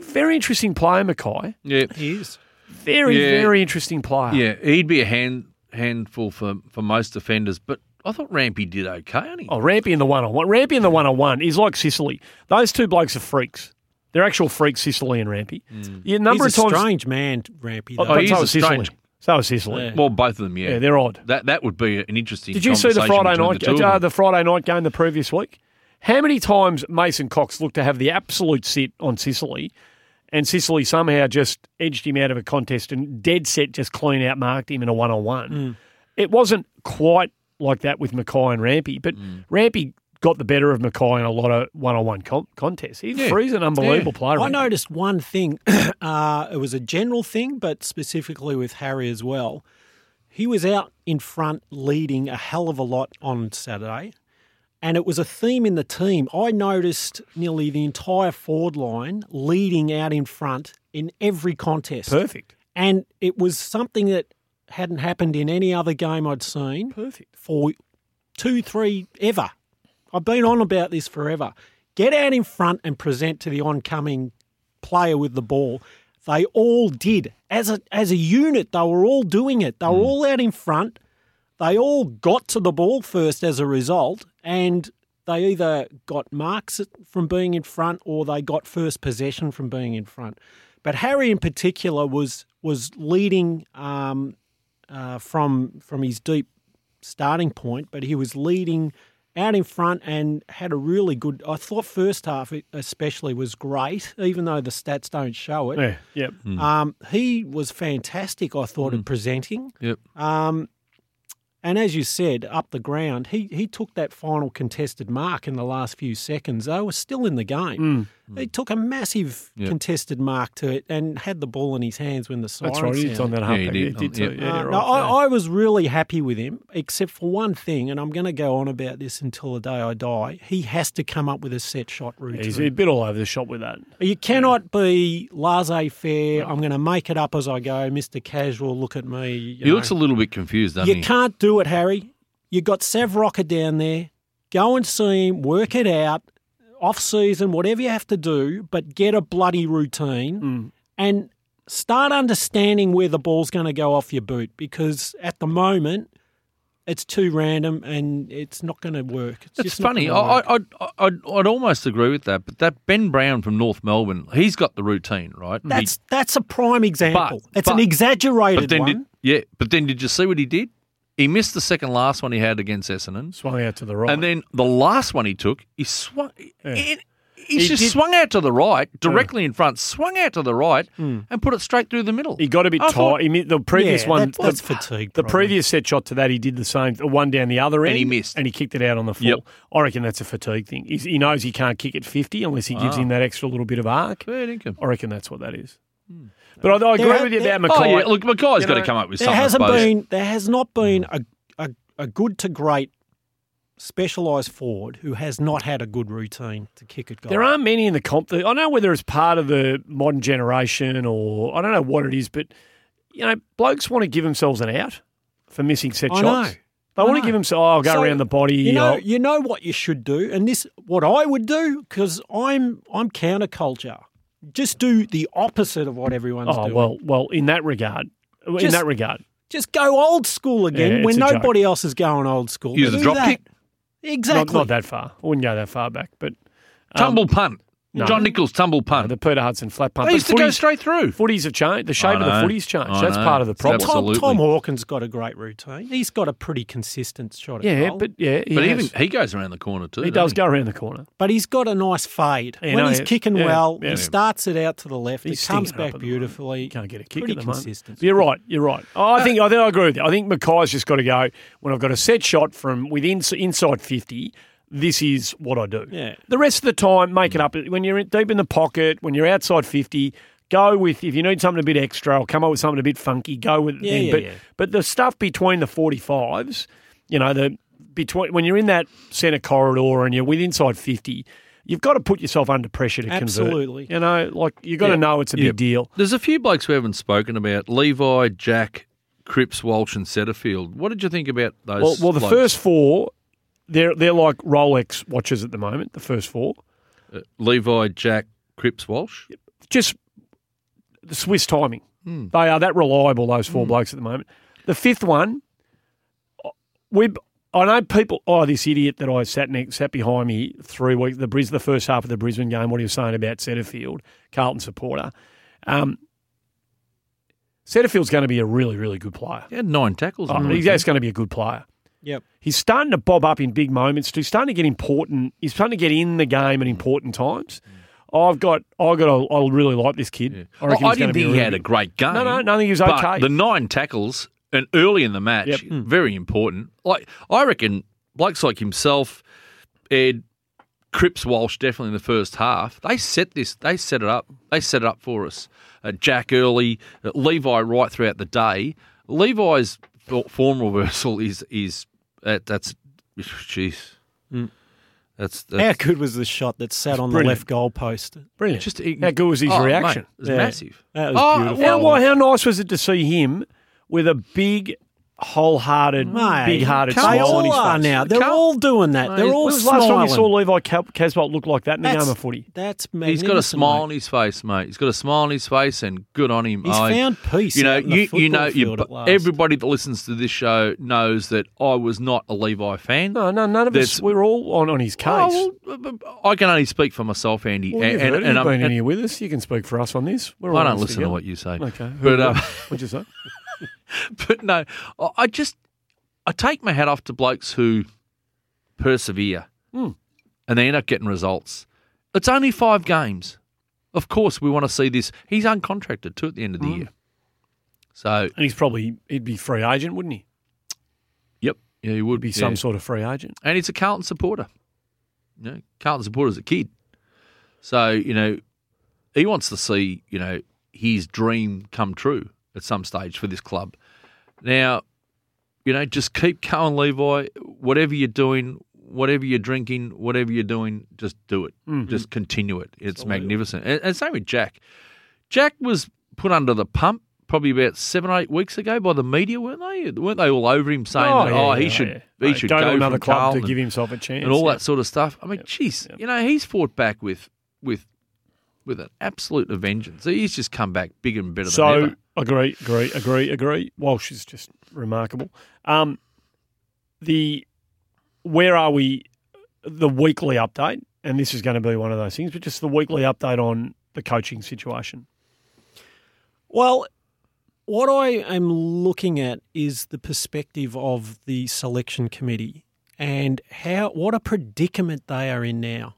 Very interesting player, Mackay. Yeah. He is. Very, Yeah. very interesting player. Yeah, he'd be a hand handful for, for most defenders, but I thought Rampy did okay, and he? Oh, Rampy in the one on one. Rampy in the one on one is like Sicily. Those two blokes are freaks. They're actual freaks, Sicily and Rampy. Yeah, number Mm. He's a of times. strange man, Rampy. Oh, Though. he but is so a is Sicily. strange- So is Sicily. Yeah. Well, both of them, yeah. Yeah, they're odd. that that would be an interesting. Did you see the conversation Friday between night The, two of uh, them. the Friday night game the previous week? How many times Mason Cox looked to have the absolute sit on Sicily, and Sicily somehow just edged him out of a contest and dead set just clean outmarked him in a one on Mm. one. It wasn't quite like that with Mackay and Rampy, but Mm. Rampy got the better of Mackay in a lot of one on one contests. He's Yeah. he's an unbelievable player. I Rampy. noticed one thing. uh, it was a general thing, but specifically with Harry as well. He was out in front leading a hell of a lot on Saturday, and it was a theme in the team. I noticed nearly the entire forward line leading out in front in every contest. Perfect. And it was something that hadn't happened in any other game I'd seen Perfect. for two, three, ever. I've been on about this forever. Get out in front and present to the oncoming player with the ball. They all did. As a, as a unit, they were all doing it. They were all out in front. They all got to the ball first as a result, and they either got marks from being in front or they got first possession from being in front. But Harry, in particular, was was leading um, uh, from from his deep starting point, but he was leading out in front and had a really good. I thought first half especially was great, even though the stats don't show it. Yeah. Yep. Mm. Um, he was fantastic. I thought at presenting. Yep. Um, and as you said, up the ground, he he took that final contested mark in the last few seconds. They were still in the game. Mm. He took a massive Yep. contested mark to it and had the ball in his hands when the siren That's right. It's sounded. on that Yeah, hump. he he did. did too. Yeah. Yeah, Uh, you're no, right. I, I was really happy with him, except for one thing, and I'm going to go on about this until the day I die. He has to come up with a set shot routine. He's a bit all over the shop with that. You cannot be laissez faire. I'm going to make it up as I go, Mr. Casual. Look at me. You He know. looks a little bit confused, doesn't You he? can't do it, Harry. You got Sav Rocker down there. Go and see him. Work it out. Off season, whatever you have to do, but get a bloody routine Mm. and start understanding where the ball's going to go off your boot because at the moment it's too random and it's not going to work. It's, It's just not funny. I, gonna work. I, I'd, I'd, I'd almost agree with that. But that Ben Brown from North Melbourne, he's got the routine, right? He- that's that's a prime example. it's an but- exaggerated but then one. did, yeah. But then did you see what he did? He missed the second last one he had against Essendon, Swung out to the right. and then the last one he took, he swung. He, he He just did- swung out to the right, directly in front, swung out to the right, and put it straight through the middle. Hmm. He got a bit I tired. thought- he mi- the previous Yeah, one, that- that's the, fatigue The probably. previous set shot to that, he did the same. The one down the other end, he missed. and he kicked it out on the full. Yep. I reckon that's a fatigue thing. He's, he knows he can't kick at fifty unless he Ah. gives him that extra little bit of arc. Fair dinkum. I reckon that's what that is. But I, I agree Hmm. There- with you there- about Oh, Mackay. yeah. Look, Mackay's You got to know, come up with there something. I hasn't suppose. been there has not been Mm. a a, a good to great specialised forward who has not had a good routine to kick at goal. There aren't many in the comp. That, I don't know whether it's part of the modern generation or I don't know what it is, but you know, blokes want to give themselves an out for missing set I shots. know. They I want know. to give themselves. Oh, I'll go So, around the body. oh, You know, I'll- you know what you should do, and this what I would do because I'm I'm counterculture. Just do the opposite of what everyone's oh doing. well, well, in that regard, in Just- that regard, Just go old school again Yeah, when it's a joke. nobody else is going old school. Use a Do drop that. kick. Not, Exactly. not that far. I wouldn't go that far back, but um, uh, Tumble punt. John Nichols tumble punt. the Peter Hudson flat pump. But they used to go footies- straight through. Footies have changed. The shape of know. the footies changed. I That's know. part of the It's problem. absolute- Tom, absolutely. Tom Hawkins got a great routine. He's got a pretty consistent shot at Yeah, goal. but yeah, he, But has- even he goes around the corner too. he doesn't does go around the corner. but he's got a nice fade. Yeah, when no, he's yeah, kicking yeah, well, yeah. he starts it out to the left. He's it comes stinking up back at the moment. beautifully. He can't get a kick pretty at the moment. consistent. You're right. You're right. Oh, I think I think I agree with you. I think Mackay's just got to go. When I've got a set shot from within inside fifty, this is what I do. Yeah. The rest of the time, make it up. When you're in- deep in the pocket, when you're outside fifty, go with if you need something a bit extra or come up with something a bit funky. Go with it. Yeah, then. yeah, but yeah. but the stuff between the forty fives, you know, the between when you're in that centre corridor and you're with inside fifty. You've got to put yourself under pressure to Absolutely. convert. You know, like you've got to know it's a big deal. There's a few blokes we haven't spoken about: Levi, Jack, Cripps, Walsh, and Setterfield. What did you think about those? Well, well, the blokes? first four, they're they're like Rolex watches at the moment. The first four, Levi, Jack, Cripps, Walsh. just the Swiss timing. They are that reliable. Those four blokes at the moment. The fifth one, uh, we. I know people. Oh, this idiot that I sat next, sat behind me three weeks. The Bris, the first half of the Brisbane game. What he was saying about Setterfield, Carlton supporter. Um, Setterfield's going to be a really, really good player. He had nine tackles. Oh, on the he's weekend. just going to be a good player. Yep. He's starting to bob up in big moments. Too. He's starting to get important. He's starting to get in the game at important times. I've got, I got, a, I really like this kid. I, reckon I, he's gonna didn't be think he really had a good. great game. No, no, no, I think he was but okay. The nine tackles and early in the match, Yep. Hmm. very important. Like I reckon, blokes like himself, Ed, Cripps, Walsh, definitely in the first half. They set this. They set it up. They set it up for us. Uh, Jack early, uh, Levi right throughout the day. Levi's for- form reversal is is uh, that's jeez. Hmm. That's, that's How good was the shot that sat on brilliant. the left goalpost? Brilliant. just how good was his oh, mate, reaction? it was Yeah. massive. That was Oh, beautiful. How, why, how nice was it to see him with a big, wholehearted, Mate, big-hearted they smile on all his are face? now. They're Can't- all doing that. They're all When was the last time you smiling. saw Levi Cal- Casbolt look like that in a game of footy? That's He's got a magnificent, smile on mate. his face, mate. He's got a smile on his face, and good on him. He's I- found peace. you know, out in the you, you know, football you, field at last. everybody that listens to this show knows that I was not a Levi fan. Oh, No, no, none of us. That's- We're all on, on his case. Oh, well, I can only speak for myself, Andy. Well, you've heard it. You've been in here with us. You can speak for us on this. We're all I on don't this listen together. to what you say. Okay. But, uh, What'd you say? but no, I- I just I take my hat off to blokes who persevere Hmm. and they end up getting results. It's only five games. Of course, we want to see this. He's uncontracted too at the end of Hmm. the year. So, And he's probably he'd be free agent, wouldn't he? yep, yeah, he would Be yeah. some sort of free agent. and he's a Carlton supporter. You know, Carlton supporter as a kid. So, you know, he wants to see, you know, his dream come true at some stage for this club. Now, you know, just keep going, Levi. Whatever you're doing, whatever you're drinking, whatever you're doing, just do it. Mm-hmm. Just continue it. It's magnificent. And, and same with Jack. Jack was put under the pump probably about seven or eight weeks ago by the media, weren't they? Weren't they all over him saying, "Oh, yeah, yeah, he yeah, should, yeah. he Hey, should go go to another from club Carlton to give himself a chance and all yeah. that sort of stuff. I mean, geez, you know, he's fought back with with with an absolute vengeance. He's just come back bigger and better So than ever. agree, agree, agree, agree. Walsh is just remarkable. Um, the where are we? The weekly update, and this is going to be one of those things, but just the weekly update on the coaching situation. Well, what I am looking at is the perspective of the selection committee and how what a predicament they are in now.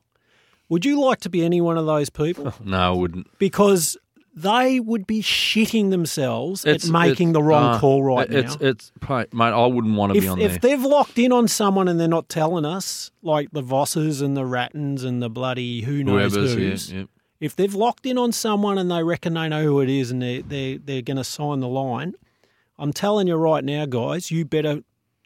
Would you like to be any one of those people? No, I wouldn't. Because they would be shitting themselves It's at making it's- the wrong nah, call right now. it's, It's it's mate. I wouldn't want to if, be on if there. they've locked in on someone and they're not telling us, like the Vosses and the Rattans and the bloody who knows who's, Whoever's yeah, yeah. if they've locked in on someone and they reckon they know who it is and they they they're going to sign the line, I'm telling you right now, guys, you better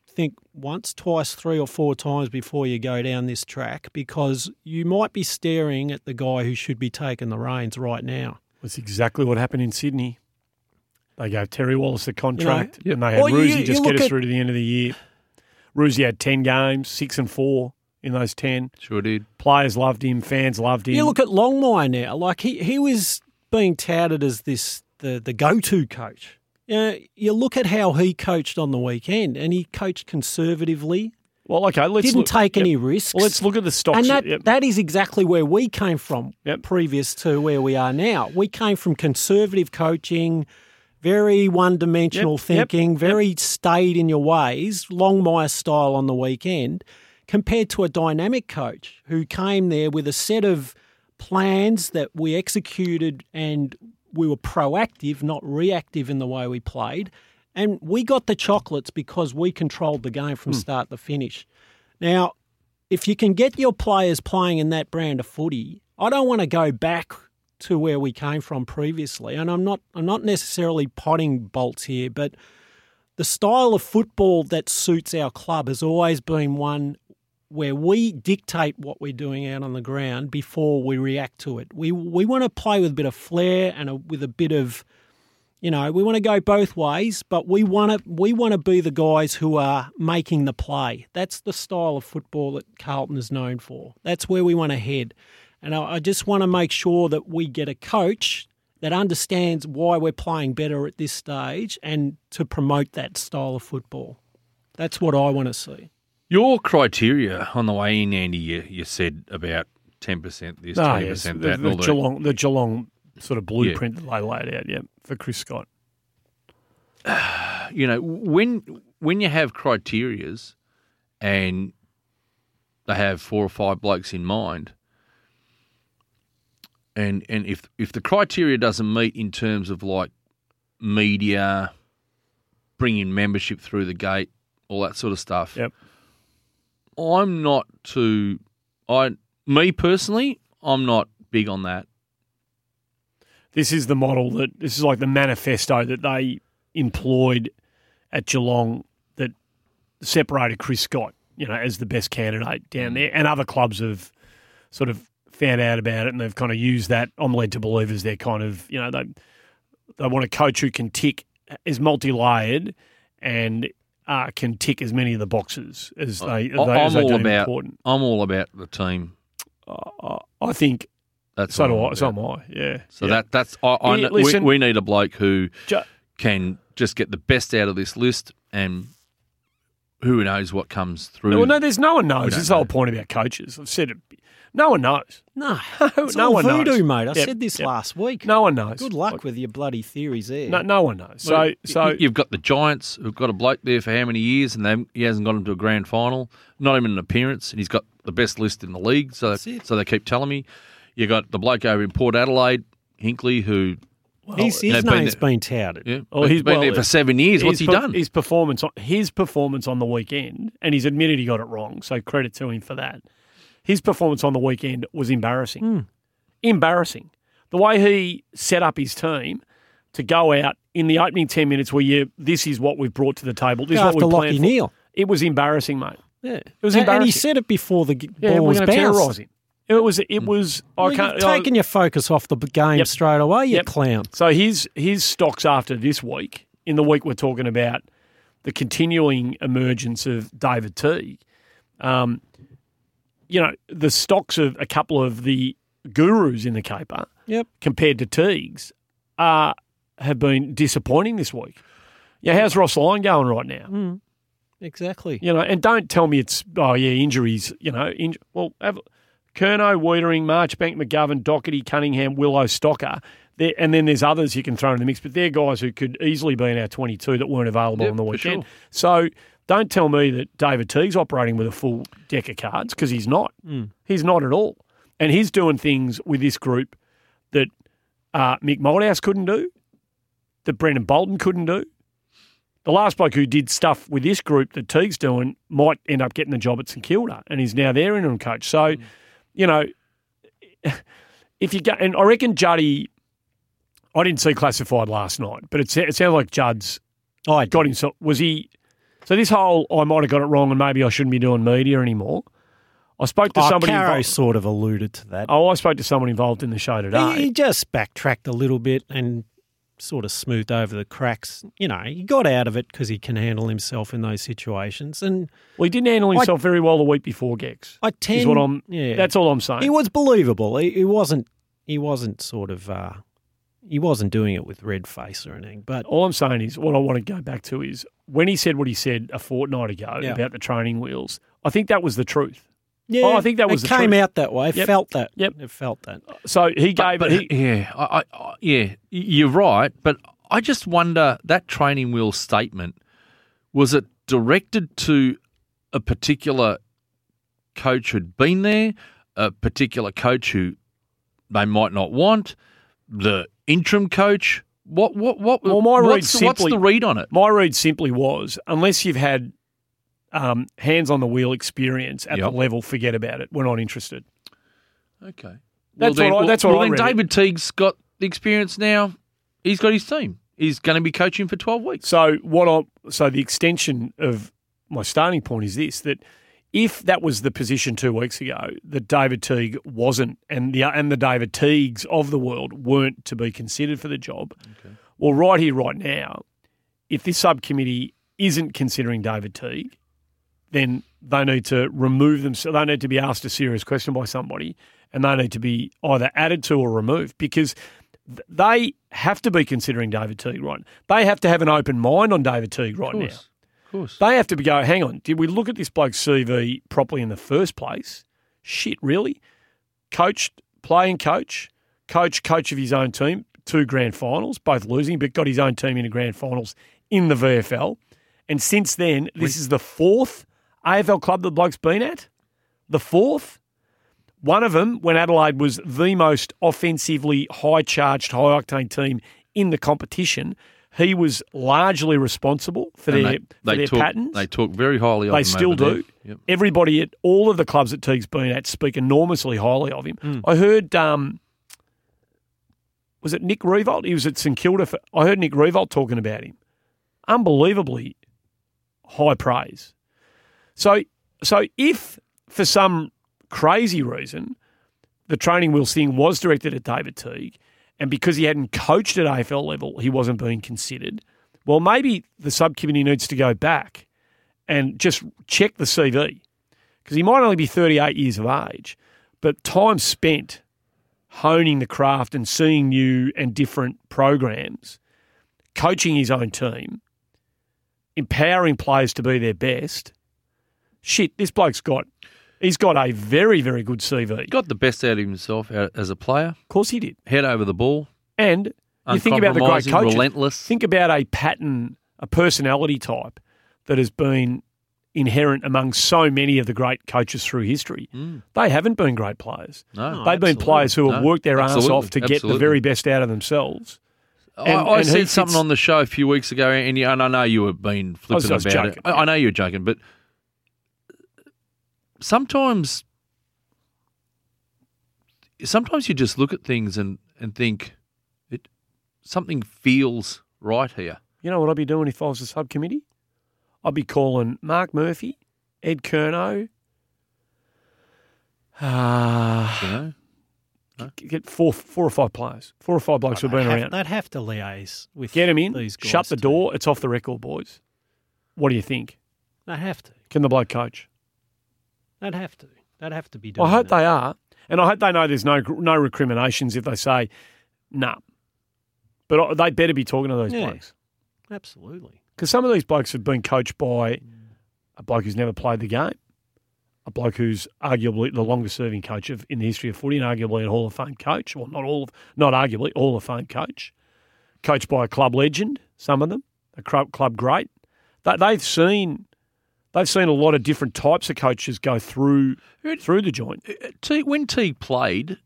think once, twice, three or four times before you go down this track because you might be staring at the guy who should be taking the reins right now. That's exactly what happened in Sydney. They gave Terry Wallace the contract, You know, and they had Well, you- Roosie you just get look us at- through to the end of the year. Roosie had ten games, six and four in those ten. Sure did. Players loved him, fans loved him. You look at Longmire now. Like he, he was being touted as this the, the go to coach. You, know, you look at how he coached on the weekend, and he coached conservatively, well, okay, let's didn't look- take yep. any risks. Well, let's look at the stocks. and that Yep. that is exactly where we came from, Yep. previous to where we are now. We came from conservative coaching, very one dimensional Yep, yep, thinking, very stayed in your ways, Longmire style on the weekend, compared to a dynamic coach who came there with a set of plans that we executed and we were proactive, not reactive in the way we played. And we got the chocolates because we controlled the game Hmm. from start to finish. Now, if you can get your players playing in that brand of footy, I don't want to go back to where we came from previously. And I'm not I'm not necessarily potting bolts here, but the style of football that suits our club has always been one where we dictate what we're doing out on the ground before we react to it. We we want to play with a bit of flair and a, with a bit of you know, we want to go both ways, but we want to we want to be the guys who are making the play. That's the style of football that Carlton is known for. That's where we want to head. And I, I just want to make sure that we get a coach that understands why we're playing better at this stage and to promote that style of football. That's what I want to see. Your criteria on the way in, Andy, you, you said about ten percent this, Ah, twenty yes, percent the, that, and the all that. Geelong, the Geelong sort of blueprint that they laid out, yeah, for Chris Scott. you know when when you have criterias and they have four or five blokes in mind. And and if if the criteria doesn't meet in terms of like media, bringing membership through the gate, all that sort of stuff. Yep. I'm not too. I me personally, I'm not big on that. This is the model that this is like the manifesto that they employed at Geelong that separated Chris Scott, you know, as the best candidate Mm. down there, and other clubs have sort of found out about it and they've kind of used that. I'm led to believe as their kind of you know they they want a coach who can tick is multi layered and uh, can tick as many of the boxes as they, as they, I, as am they all deem about. important. I'm all about the team. I think That's so do I. what I'm So about. am I. Yeah. So Yeah. that that's I, I Yeah, kn- we- listen- we, need a bloke who Ju- can just get the best out of this list, and who knows what comes through. Well, no, there's no one knows. don't It's the whole know. point about coaches. I've said it. No one knows. No, it's no all one knows. voodoo, mate. I Yep, said this yep. last week. No one knows. Good luck Like, with your bloody theories there. no, no one knows. So, Well, so y- you've got the Giants who've got a bloke there for how many years, and they, haven't- he hasn't got him to a grand final, not even an appearance, and he's got the best list in the league. So, it. so they keep telling me. You got the bloke over in Port Adelaide, Hinkley, who his his they've been name's there- been touted. yeah, Well, Oh, he's- he's been well, there for seven years. What's he his per- done? His performance, on, his performance on the weekend, and he's admitted he got it wrong. So credit to him for that. His performance on the weekend was embarrassing. Hmm. Embarrassing. The way he set up his team to go out in the opening ten minutes, where you this is what we've brought to the table. This Go is what after we Lockie planned. for. Neal. It was embarrassing, mate. Yeah. It was And he embarrassing. said it before the g- Yeah, ball we're was going to terrorise bounced. him. It was. Hmm. It was. Well, Oh, I you've can't. I- taken your focus off the b- game Yep. straight away, you Yep. clown. So his his stocks after this week, in the week we're talking about, the continuing emergence of David T. Um, you know the stocks of a couple of the gurus in the caper Yep. compared to Teague's are have been disappointing this week. Yeah, how's Ross Lyon going right now? Exactly. You know, and don't tell me it's oh yeah injuries. You know, inj- well, have, Kerno, Wiedering, Marchbank, McGovern, Doherty, Cunningham, Willow, Stocker, there, and then there's others you can throw in the mix. But they're guys who could easily be in our 22 that weren't available Yep, on the for weekend. sure. So don't tell me that David Teague's operating with a full deck of cards because he's not. Hmm. He's not at all, and he's doing things with this group that uh, Mick Moldhouse couldn't do, that Brendan Bolton couldn't do. The last bloke who did stuff with this group that Teague's doing might end up getting the job at St Kilda, and he's now their interim coach. So, you know, if you go, and I reckon Juddy, I didn't see classified last night, but it, sa- it sounded like Judd's I got himself. Was he? So this whole I might have got it wrong, and maybe I shouldn't be doing media anymore. I spoke to oh, somebody. Caro involved- sort of alluded to that. oh, I spoke to someone involved in the show today. He, he just backtracked a little bit and sort of smoothed over the cracks. You know, he got out of it because he can handle himself in those situations. And Well, he didn't handle himself very well the week before Gex. I tend, is what I'm. yeah, That's all I'm saying. he was believable. He, he wasn't. He wasn't sort of. Uh, he wasn't doing it with red face or anything. But all I'm saying is what I want to go back to is when he said what he said a fortnight ago Yeah. about the training wheels. I think that was the truth. yeah, Oh, I think that was it the came truth. out that way. It Yep. Felt that. Yep. It felt that. So he gave. but he, yeah, I, I, I, yeah, y- you're right. But I just wonder that training wheel statement was it directed to a particular coach who'd been there, a particular coach who they might not want, the interim coach. What what what? Well, my read what's, the- what's simply- the read on it? My read simply was unless you've had um, hands on the wheel experience at Yep. the level, forget about it. We're not interested. Okay, That's then, what I- well- that's what well, I then read it. David Teague's got the experience now. He's got his team. He's going to be coaching for twelve weeks. So what I so the extension of my starting point is this that if that was the position two weeks ago that David Teague wasn't and the and the David Teagues of the world weren't to be considered for the job, well right here right now, if this subcommittee isn't considering David Teague, then they need to remove themselves. They need to be asked a serious question by somebody, and they need to be either added to or removed because th- they have to be considering David Teague right. They have to have an open mind on David Teague right Of now. course, of course. They have to be go. Hang on, did we look at this bloke's CV properly in the first place? Shit, really? Coached, playing coach, coach, coach of his own team, two grand finals, both losing, but got his own team into grand finals in the VFL. And since then, this is the fourth AFL club the bloke's been at, the fourth. One of them, when Adelaide was the most offensively high charged, high octane team in the competition, he was largely responsible for And their, for their talk, patterns. They talk very highly of They him still over there. do. Yep. Everybody at all of the clubs that Teague's been at speak enormously highly of him. Hmm. I heard, um, was it Nick Revolt? He was at St Kilda. For, I heard Nick Revolt talking about him. Unbelievably high praise. So, so if for some crazy reason the training wheels thing was directed at David Teague, and because he hadn't coached at AFL level, he wasn't being considered. Well, maybe the subcommittee needs to go back and just check the CV because he might only be 38 years of age, but time spent honing the craft and seeing new and different programs, coaching his own team, empowering players to be their best. Shit, this bloke's got he's got a very very good CV. Got the best out of himself a- as a player. Of course he did. Head over the ball. And you think about the great Uncompromising, coaches. relentless. Think about a pattern, a personality type that has been inherent among so many of the great coaches through history. They haven't been great players. No. They've been players who have Hmm. Oh, No, worked their arse absolutely, off to get the absolutely. very best out of themselves. I, and- I and he said fits- something on the show a few weeks ago, and, you, and I know you have been I was- flipping I was about joking. it. I, I know you're joking, but sometimes, sometimes you just look at things and, and think, it something feels right here. You know what I'd be doing if I was a subcommittee? I'd be calling Mark Murphy, Ed Kerno. You know, Get four, four or five players, four or five blokes who've been They'd have- around. They'd have to liaise with Get him in, These guys shut the too. door. It's off the record, boys. What do you think? They'd have to. Can the bloke coach? They'd have to. They'd have to be doing. I hope that. they are, and I hope they know there's no no recriminations if they say, "Nah." But I- they better be talking to those Yeah. blokes Absolutely. because some of these blokes have been coached by a bloke who's never played the game, a bloke who's arguably the longest serving coach of, in the history of footy, and arguably a Hall of Fame coach. Well, not all, of, not arguably Hall of Fame coach, coached by a club legend. Some of them, a cru- club great. They, they've seen. They've seen a lot of different types of coaches go through through the joint. Uh, T, when T played,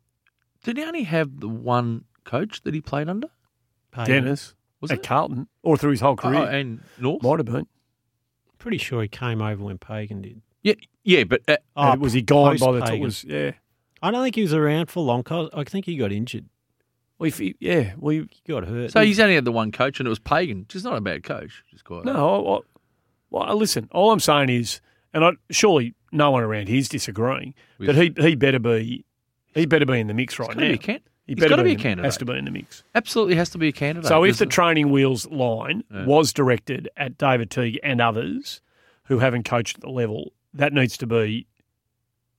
did he only have the one coach that he played under? Payton. Dennis Was at it? Carlton or through his whole Oh, career. and North? Might have been. Pretty sure he came over when Pagan did. Yeah, yeah, but uh, Oh, And was he gone by the time? post-Pagan. It was yeah. I don't think he was around for long. 'cause I think he got injured. Well, if he, yeah. Well, you- He got hurt. so he's only had the one coach, and it was Pagan, which is not a bad coach. Just quite no. I, I, well, listen. All I'm saying is, and I, surely no one around here's disagreeing that he he better be he better be in the mix right gotta now. be a can- he he's better gotta be a in the- Has candidate. to be in the mix. Absolutely has to be a candidate. So if the There's- training wheels line was directed at David Teague and others who haven't coached at the level, that needs to be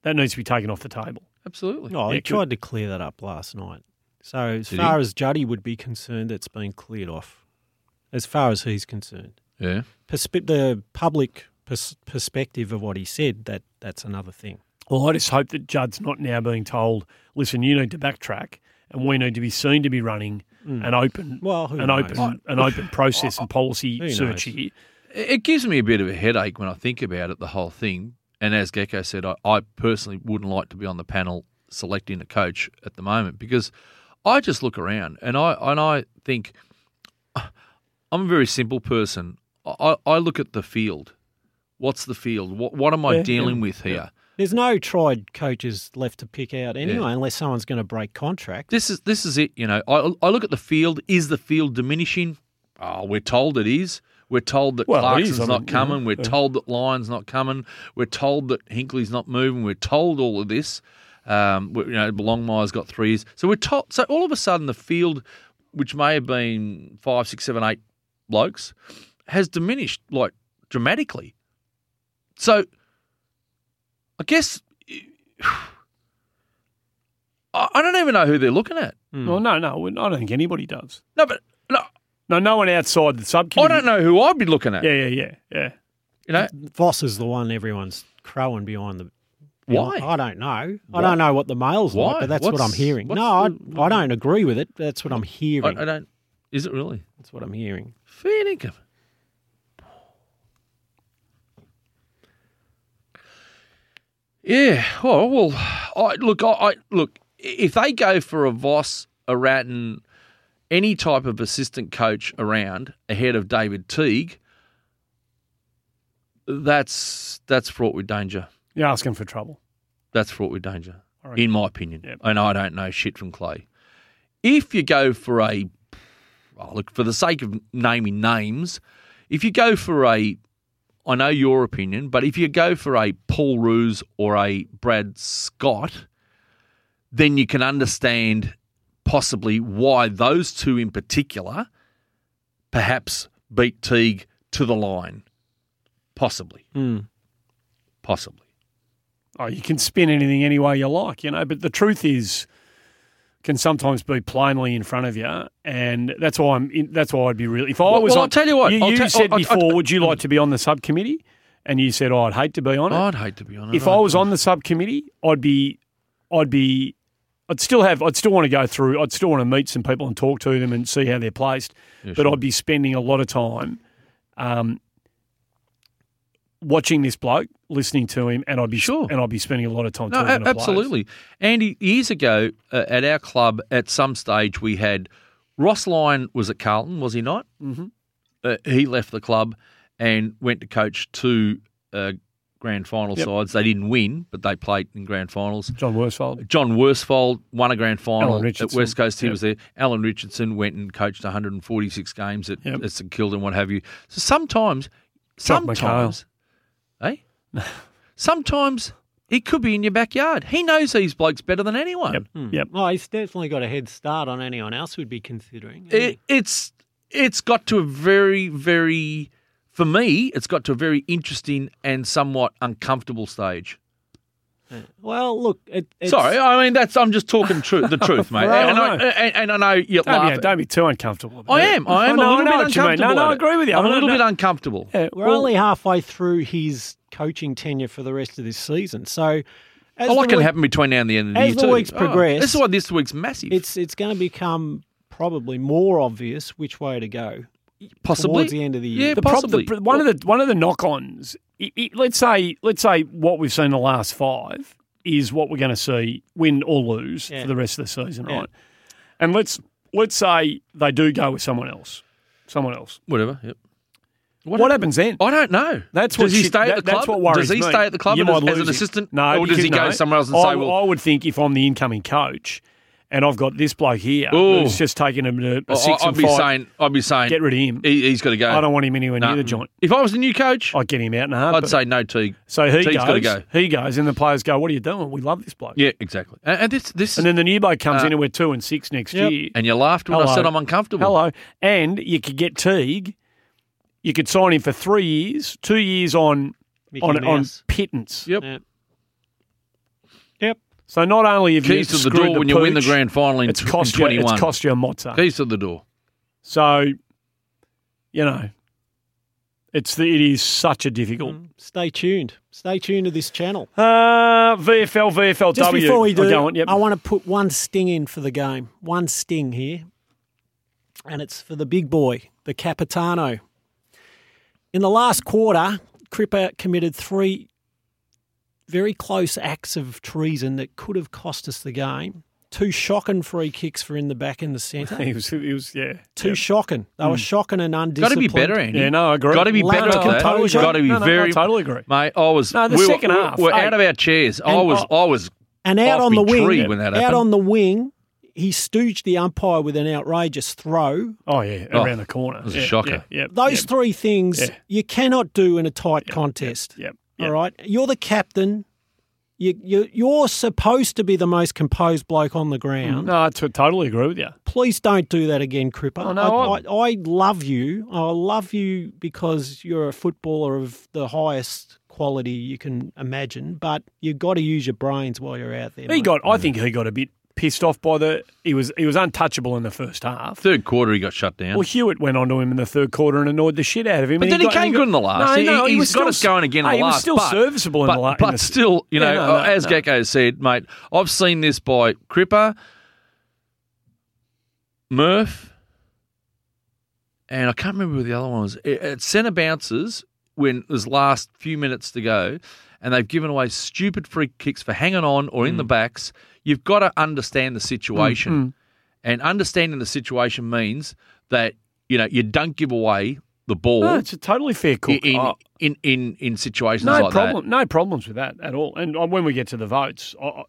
that needs to be taken off the table. absolutely. Oh, Yeah, he good. tried to clear that up last night. So as Did he? far as Juddy would be concerned, it's been cleared off. As far as he's concerned, Yeah. Perspe- the public pers- perspective of what he said that that's another thing. Well, I just hope that Judd's not now being told, listen, you need to backtrack and we need to be seen to be running an open Mm. Well, who an knows? open an open process and policy Who search knows? here. It it gives me a bit of a headache when I think about it, the whole thing. And as Gecko said, I, I personally wouldn't like to be on the panel selecting a coach at the moment because I just look around and I and I think "Ah, I'm a very simple person. I, I I look at the field. What's the field? What what am I Yeah, dealing yeah, with here? There's no tried coaches left to pick out anyway, Yeah. unless someone's going to break contract. This is this is it. You know, I I look at the field. Is the field diminishing? Oh, we're told it is. We're told that Well, it Clarkson's is. I mean, not coming. yeah. We're told that Lyon's not coming. We're told that Hinkley's not moving. We're told all of this. Um, we- you know, Longmire's got three years. So we're told. So all of a sudden, the field, which may have been five, six, seven, eight blokes, has diminished like dramatically. So I guess I I don't even know who they're looking at. Mm. Well, no, no, I don't think anybody does. No, but no, No, no one outside the I subcommittee. Oh, don't know who I'd be looking at. Yeah, yeah, yeah, yeah. You know, Voss is the one everyone's crowing behind the. Why? I don't know. I don't know what the mail's Why? like, but that's what I'm What's- hearing. what's No, I, the- I don't agree with it. That's what I'm I, hearing. I don't. Is it really that's what I'm hearing. fair income? Yeah. Oh well. I, look, I, I look. If they go for a Voss, a Ratton, any type of assistant coach around ahead of David Teague, that's that's fraught with danger. You're asking for trouble. That's fraught with danger, I reckon. in my opinion. Yep. And I don't know shit from Clay. If you go for a, oh, look, for the sake of naming names, if you go for a, I know your opinion, but if you go for a Paul Ruse or a Brad Scott, then you can understand possibly why those two in particular perhaps beat Teague to the line. Possibly. Hmm. Possibly. Oh, you can spin anything any way you like, you know. But the truth is, can sometimes be plainly in front of you, and that's why I'm. In, that's why I'd be really. If I Well- was, well, on, I'll tell you what, You, I'll you tell- I'll- said I'll- before, I'll- would you like to be on the subcommittee? And you said, oh, I'd hate to be on it. I'd hate to be honest. if I was on the subcommittee, I'd be, I'd be, I'd still have, I'd still want to go through, I'd still want to meet some people and talk to them and see how they're placed. but I'd be spending a lot of time um, watching this bloke, listening to him, and I'd be Sure. and I'd be spending a lot of time No, talking a- to players. absolutely. Andy, years ago uh, at our club, at some stage, we had Ross Lyon was at Carlton, was he not? Mhm. Uh, he left the club and went to coach two uh, grand final Yep. sides. They didn't win, but they played in grand finals. John Worsfold. John Worsfold won a grand final Alan at Richardson. West Coast. He Yep. was there. Alan Richardson went and coached 146 games at, Yep. at St Kilda and what have you. So sometimes, Chuck sometimes, eh? sometimes it could be in your backyard. He knows these blokes better than anyone. Yep. Yep. Well, he's definitely got a head start on anyone else who'd be considering. It, it's it's got to a very very for me. It's got to a very interesting and somewhat uncomfortable stage. well, look, it, it's, Sorry, I mean that's I'm just talking truth, the truth, mate. Right, and, I, right. and, and I know you Don't, laugh. be, don't be too uncomfortable. about I it. am. I am know, a little know bit what you mean. uncomfortable. No, no, I about it. agree with you. I'm a little no- bit uncomfortable. Yeah, We're well, only halfway through his coaching tenure for the rest of this season, so as A lot the can week- happen between now and the end of the as year the too. weeks progress, this is why this week's massive. It's it's going to become probably more obvious which way to go. possibly towards the end of the Yeah, year. the problem, possibly. the, pr- one of the one of the knock-ons. i i let's say, let's say what we've seen the last five is what we're going to see win or lose Yeah. for the rest of the season, Yeah. right? And let's let's say they do go with someone else, someone else. whatever. Yep. What, happens then? I don't know. That's does what he shit- stay at that- the club? That's what worries does me. he stay at the club You as, might as lose an him. assistant, No, or does he because- go no. somewhere else and I, say, "Well, I would think if I'm the incoming coach, and I've got this bloke here Ooh. who's just taking him to a I- six I'd and be five, saying, I'd be saying, get rid of him. he, has got to go." I don't want him anywhere Nah. near the joint. If I was the new coach, I'd get him out in a I'd heartbeat. say no Teague. So he Teague's gotta goes, go. he goes, and the players go, "What are you doing? We love this bloke." Yeah, exactly. And, and this, this, And and, then the new bloke comes Uh, in, and we're two and six next Yep. year. you laughed when I Hello. said I'm uncomfortable. Hello, and you could get Teague. You could sign him for three years, two years on Mickey on, on Mouse. pittance. Yep. Yeah. Yep. So not only have Keys you to the screwed door when you win the pooch, grand final in, it's tw- in cost you, 21. it's cost you a mozza. Keys to the door. So you know, it's the, it is such a difficult. Stay tuned. Stay tuned to this channel. Uh, VFL, VFLW. Just before we do, oh, go on, yep. I want to put one sting in for the game. One sting here. And it's for the big boy, the Capitano. In the last quarter, Cripper committed three very close acts of treason that could have cost us the game. Two shocking free kicks for in the back and the centre. he was, he was, yeah, Two yeah. shocking. They were shocking and Got to undisciplined. Hmm. be better, eh? Andy. Yeah, no, I agree. Got to be Lack better of at that. composure. Got to be No, no, no, very. I totally agree. Mate, I was. No, the we were- second we half, We're hey. out of our chairs. I And- was. I was. And out off on me the wing, tree when that out happened. on the wing, he stooged the umpire with an outrageous throw. Oh yeah, Oh, around the corner. It was a shocker. Yeah, yeah, Those yeah, three things Yeah. you cannot do in a tight contest. yeah, All right, you're the captain. You, you, you're supposed to be the most composed bloke on the ground. No, I t- totally agree with you. Please don't do that again, Cripper. Mm. Oh, no, I, I, I love you. I love you because you're a footballer of the highest quality you can imagine. But you've got to use your brains while you're out there. He mate. got. I think he got a bit pissed off by the. He was he was untouchable in the first half. Third quarter, he got shut down. Well, Hewitt went on to him in the third quarter and annoyed the shit out of him. But and then he, got- came got- good in the last. No, he, no, he, has was got us still- going again in hey, the he was last. still but, serviceable in but, the last. But still, you know, Yeah, no, no, uh, as no. Gecko said, mate, I've seen this by Cripper, Murph, and I can't remember who the other one was. At centre bounces, when there's last few minutes to go and they've given away stupid free kicks for hanging on or in Mm. the backs, you've got to understand the situation. And understanding the situation means that, you know, you don't give away the ball No, it's a totally fair Oh, call. in, in, in, in, in situations no like that. problem, no problems with that at all. And uh, when we get to the votes, I, I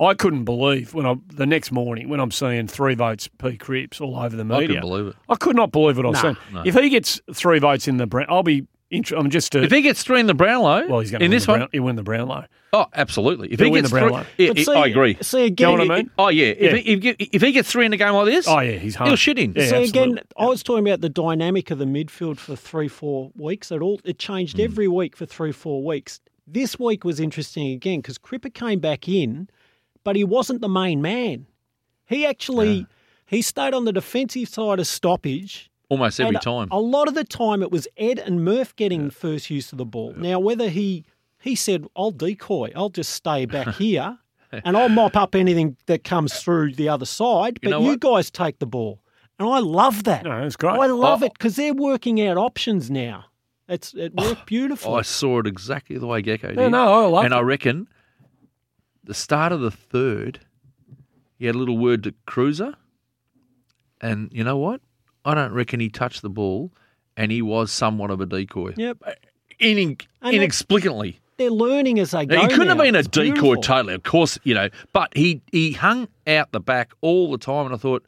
I couldn't believe when I the next morning when I'm seeing three votes P Cripps all over the I media. couldn't believe it. I could not believe what I was No, seeing. If he gets three votes in the Brown, I'll be. Intro- I'm just. A, If he gets three in the Brownlow, well, he's going to win in this the Brown- one, he'll win the Brownlow. oh, absolutely. If he He'll win gets the three, Brownlow. Yeah, But yeah, see, I agree. See You again, know what it- I mean? Oh yeah, Yeah. If, he, if, he- if he gets three in a game like this, Oh yeah, he's home. he'll shit in. Yeah, so absolutely. again, I was talking about the dynamic of the midfield for three, four weeks. It all it changed Hmm. every week for three, four weeks. This week was interesting again because Cripper came back in, but he wasn't the main man. He actually he stayed on the defensive side of stoppage. almost every and time. A lot of the time, it was Ed and Murph getting first use of the ball. Now, whether he he said, "I'll decoy, I'll just stay back here, and I'll mop up anything that comes through the other side," but know you what? guys take the ball, and I love that. No, it's great. I love Oh. it because they're working out options now. It's it worked beautifully. Oh, I saw it exactly the way Gecko did. no, I loved And I it. reckon the start of the third, he had a little word to Cruiser, and you know what? I don't reckon he touched the ball, and he was somewhat of a decoy. Yep, In, And inexplicably. they're learning as they go. he couldn't have now. been a It's decoy beautiful. totally, of course, you know, but he, he hung out the back all the time, and I thought,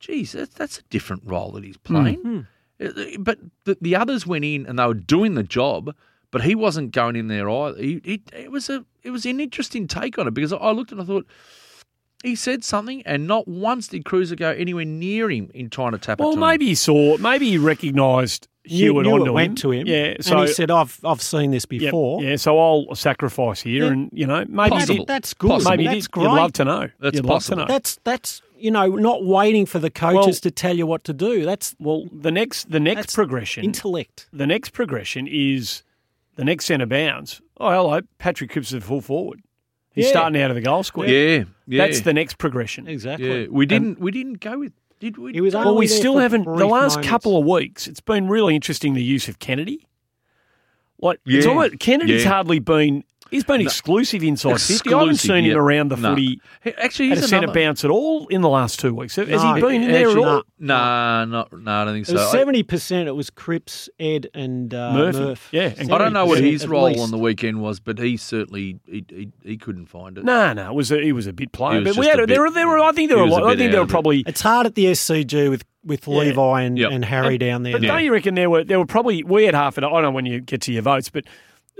geez, that's, that's a different role that he's Hmm. playing. Uh, But the, the others went in and they were doing the job, but he wasn't going in there either. He, he, it was a it was an interesting take on it because I looked and I thought he said something, and not once did Cruiser go anywhere near him in trying to tap it. Well, to him. maybe he saw. Maybe he recognised Knew, Hewitt knew onto it went him. to him. Yeah. So and he said, "I've I've seen this yeah, before." Yeah. So I'll sacrifice here, Yeah. and you know, maybe he Maybe did. Possible. that's good. Possible. Maybe he that's did. great. You'd love to know. That's You'd possible. love to know. That's that's you know not waiting for the coaches Well- to tell you what to do. That's well, the next the next That's progression. intellect. the next progression is the next centre bounds. Oh, hello, Patrick Cripps is a full forward. He's Yeah. starting out of the goal square. yeah, yeah, That's the next progression. Exactly. yeah. We didn't we didn't go with did we? He was Well, we Only there still for haven't. The brief last moments. couple of weeks, it's been really interesting the use of Kennedy. Like it's Yeah. almost Kennedy's Yeah. hardly been. He's been exclusive inside fifty. I haven't Exclusive, seen yeah. him around the No. footy Hey, actually at he's a centre another- bounce at all in the last two weeks. Has No. he been in there at Actually, all? Nah, not, no, I don't think It was so. I, seventy percent. It was Cripps, Ed, and uh, Murphy. Murph. Yeah, and I don't know what 70% his role on the weekend was, but he certainly he, he, he couldn't find it. No, no, it was a, he was a bit He player, was but we just had a a, there bit- were there were I think there he were a was lot, a I bit think out there were of it. probably It's hard at the SCG with with Levi and, Yep. and Harry down there. But Yeah. don't you reckon there were there were probably we had half an. I don't know when you get to your votes, but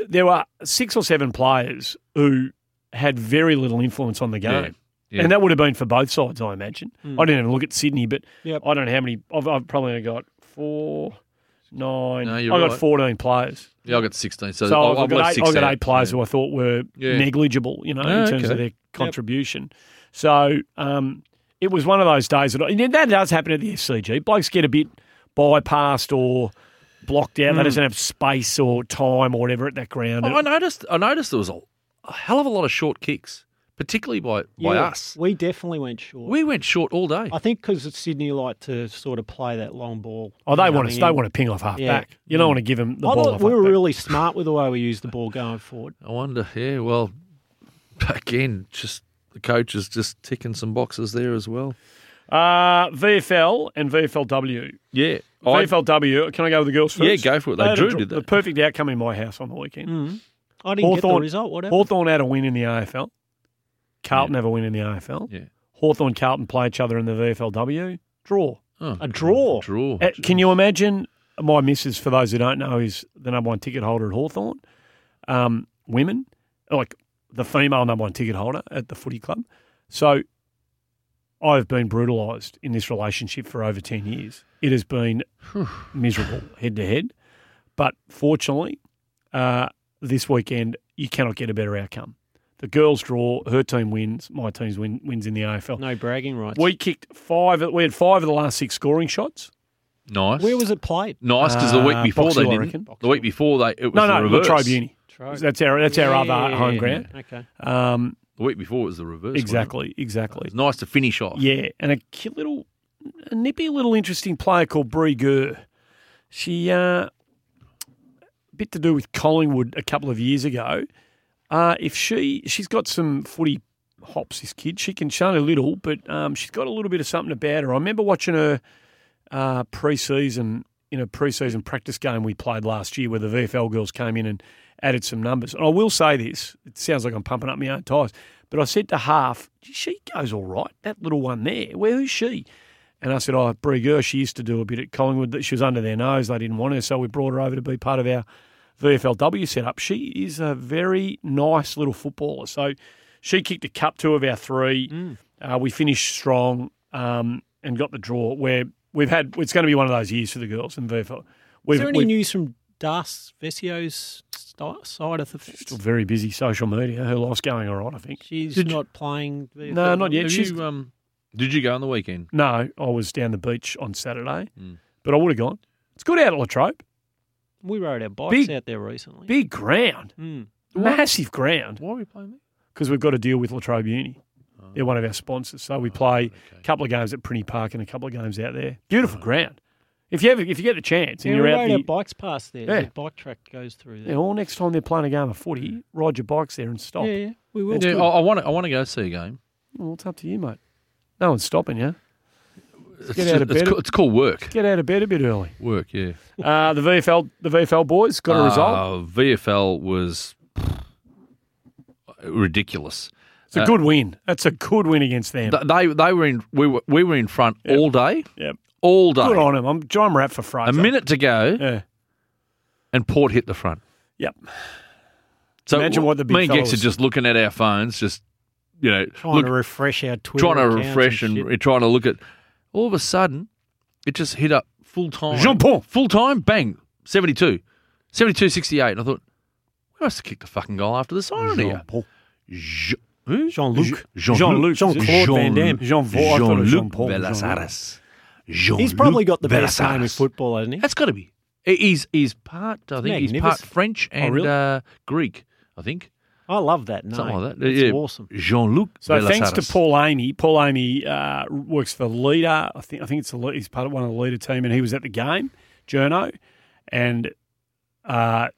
there were six or seven players who had very little influence on the game. Yeah. Yeah. And that would have been for both sides, I imagine. I didn't even look at Sydney, but Yep. I don't know how many. I've, I've probably only got four, nine. No, I you're got right. fourteen players, Yeah, I got sixteen. So, so I, I've, I've got left eight, six I've got out. eight players who I thought were Yeah. negligible, you know, in Oh, terms of okay. their contribution. So um, it was one of those days that I, and that does happen at the SCG. Blokes get a bit bypassed or blocked out. They doesn't have space or time or whatever at that ground. Hmm. Oh, I noticed. I noticed there was a, a hell of a lot of short kicks, particularly by by Yeah, us. we definitely went short. We went short all day. I think because Sydney like to sort of play that long ball. Oh, they want coming to. in. They want to ping off half Yeah. back. You Hmm. don't want to give them the I ball. thought Off we were halfback. really smart with the way we used the ball going forward. I wonder. Yeah. Well, again, just the coach is just ticking some boxes there as well. Uh, VFL and VFLW. Yeah. I, VFLW. Can I go with the girls first? Yeah, go for it. They had a drew, dr- did they? The perfect outcome in my house on the weekend. I didn't get the Hawthorn- result. Whatever. Hawthorn had a win in the AFL. Carlton have a win in the AFL. yeah. Hawthorn Carlton play each other in the VFLW. Draw. Oh, A draw. draw. Uh, can you imagine my missus, for those who don't know, is the number one ticket holder at Hawthorn. Um, women, like the female number one ticket holder at the footy club. So I've been brutalised in this relationship for over 10 years. It has been miserable head to head. But fortunately, uh, this weekend, you cannot get a better outcome. The girls draw, her team wins, my team win, wins in the AFL. No bragging rights. We kicked five, we had five of the last six scoring shots. nice. Where was it played? nice because the Uh, week before Box Hill, I they reckon. didn't. The week before they it was No, the no, reverse. Latrobe Uni. Troy. That's our that's our other Yeah. home ground. Okay. Um, The week before it was the reverse. wasn't it? exactly, It exactly. was nice to finish off. Yeah, and a cute little, a nippy little interesting player called Brie Gurr. She uh, bit to do with Collingwood a couple of years ago. Uh, if she she's got some footy hops, this kid she can show a little, but um, she's got a little bit of something about her. I remember watching her uh, pre-season in a pre-season practice game we played last year, where the VFL girls came in and added some numbers. And I will say this: it sounds like I'm pumping up my own tyres, but I said to half, she goes all right. That little one there, where who's she? And I said, oh, Brie Gurr, she used to do a bit at Collingwood. That she was under their nose. They didn't want her, so we brought her over to be part of our VFLW setup. She is a very nice little footballer. So she kicked a cup, two of our three. Mm. Uh, we finished strong um, and got the draw. Where we've had, it's going to be one of those years for the girls in VFL. We've, Is there any we've- news from Das Vesio's st- side of the still fence? very busy social media. Her life's going all right, I think. She's Did you- not playing. VFL. No, not yet. Have She's, you, um, did you go on the weekend? no, I was down the beach on Saturday, Mm. but I would have gone. It's good out at Latrobe. We rode our bikes Big- out there recently. Big ground, Mm. massive ground. Why were you playing there? because we've got to deal with Latrobe Uni. Oh. They're one of our sponsors, so we play a couple of games at Prinny Park and a couple of games out there. Beautiful Oh. ground. If you ever, if you get the chance and Yeah, you're we out rode there, our bikes past there. Yeah. The bike track goes through yeah, there. well, next time they're playing a game of footy, ride your bikes there and stop. yeah, yeah, we will. Yeah, I want to. I want to go see a game. Well, it's up to you, mate. No one's stopping you. It's, get out of it's bed. ca- it's called work. Get out of bed a bit early. Work. Yeah. Uh, the VFL, the VFL boys got a result. Uh, VFL was ridiculous. It's a uh, good win. That's a good win against them. Th- They they were in. We were we were in front all day. Yep. All day. Good on him. I'm John Rapp for Fraser. a minute to go, Yeah. and Port hit the front. Yep. So Imagine what the big me and fella Gex are was- just looking at our phones, just you know, trying look, to refresh our Twitter. trying to accounts refresh and, shit. re- trying to look at. All of a sudden, it just hit up full time. Jean Paul. Full time, bang, 72. 72 68. And I thought, we must have kicked the fucking goal after the siren here. Jean-Paul. Je- who? Jean-Luc. Jean- Jean-Luc, Jean-Luc. is it? Jean-Claude Van Damme. Jean-Paul. I thought it was Jean-Luc Jean-Paul. Bellasaris. Jean-Luc He's probably got the best Bellasaris. name in football, hasn't he? That's got to be. He- He's, he's part, I think, he's part magnificent. Oh, French and really? uh, Greek, I think. I love that name. Something like that. It's yeah. awesome. Jean-Luc So thanks to Bellasaris. Paul Amy. Paul Amy uh, works for Leader. I think I think it's the, lead- he's part of one of the Leader team, and he was at the game, Journo, and uh,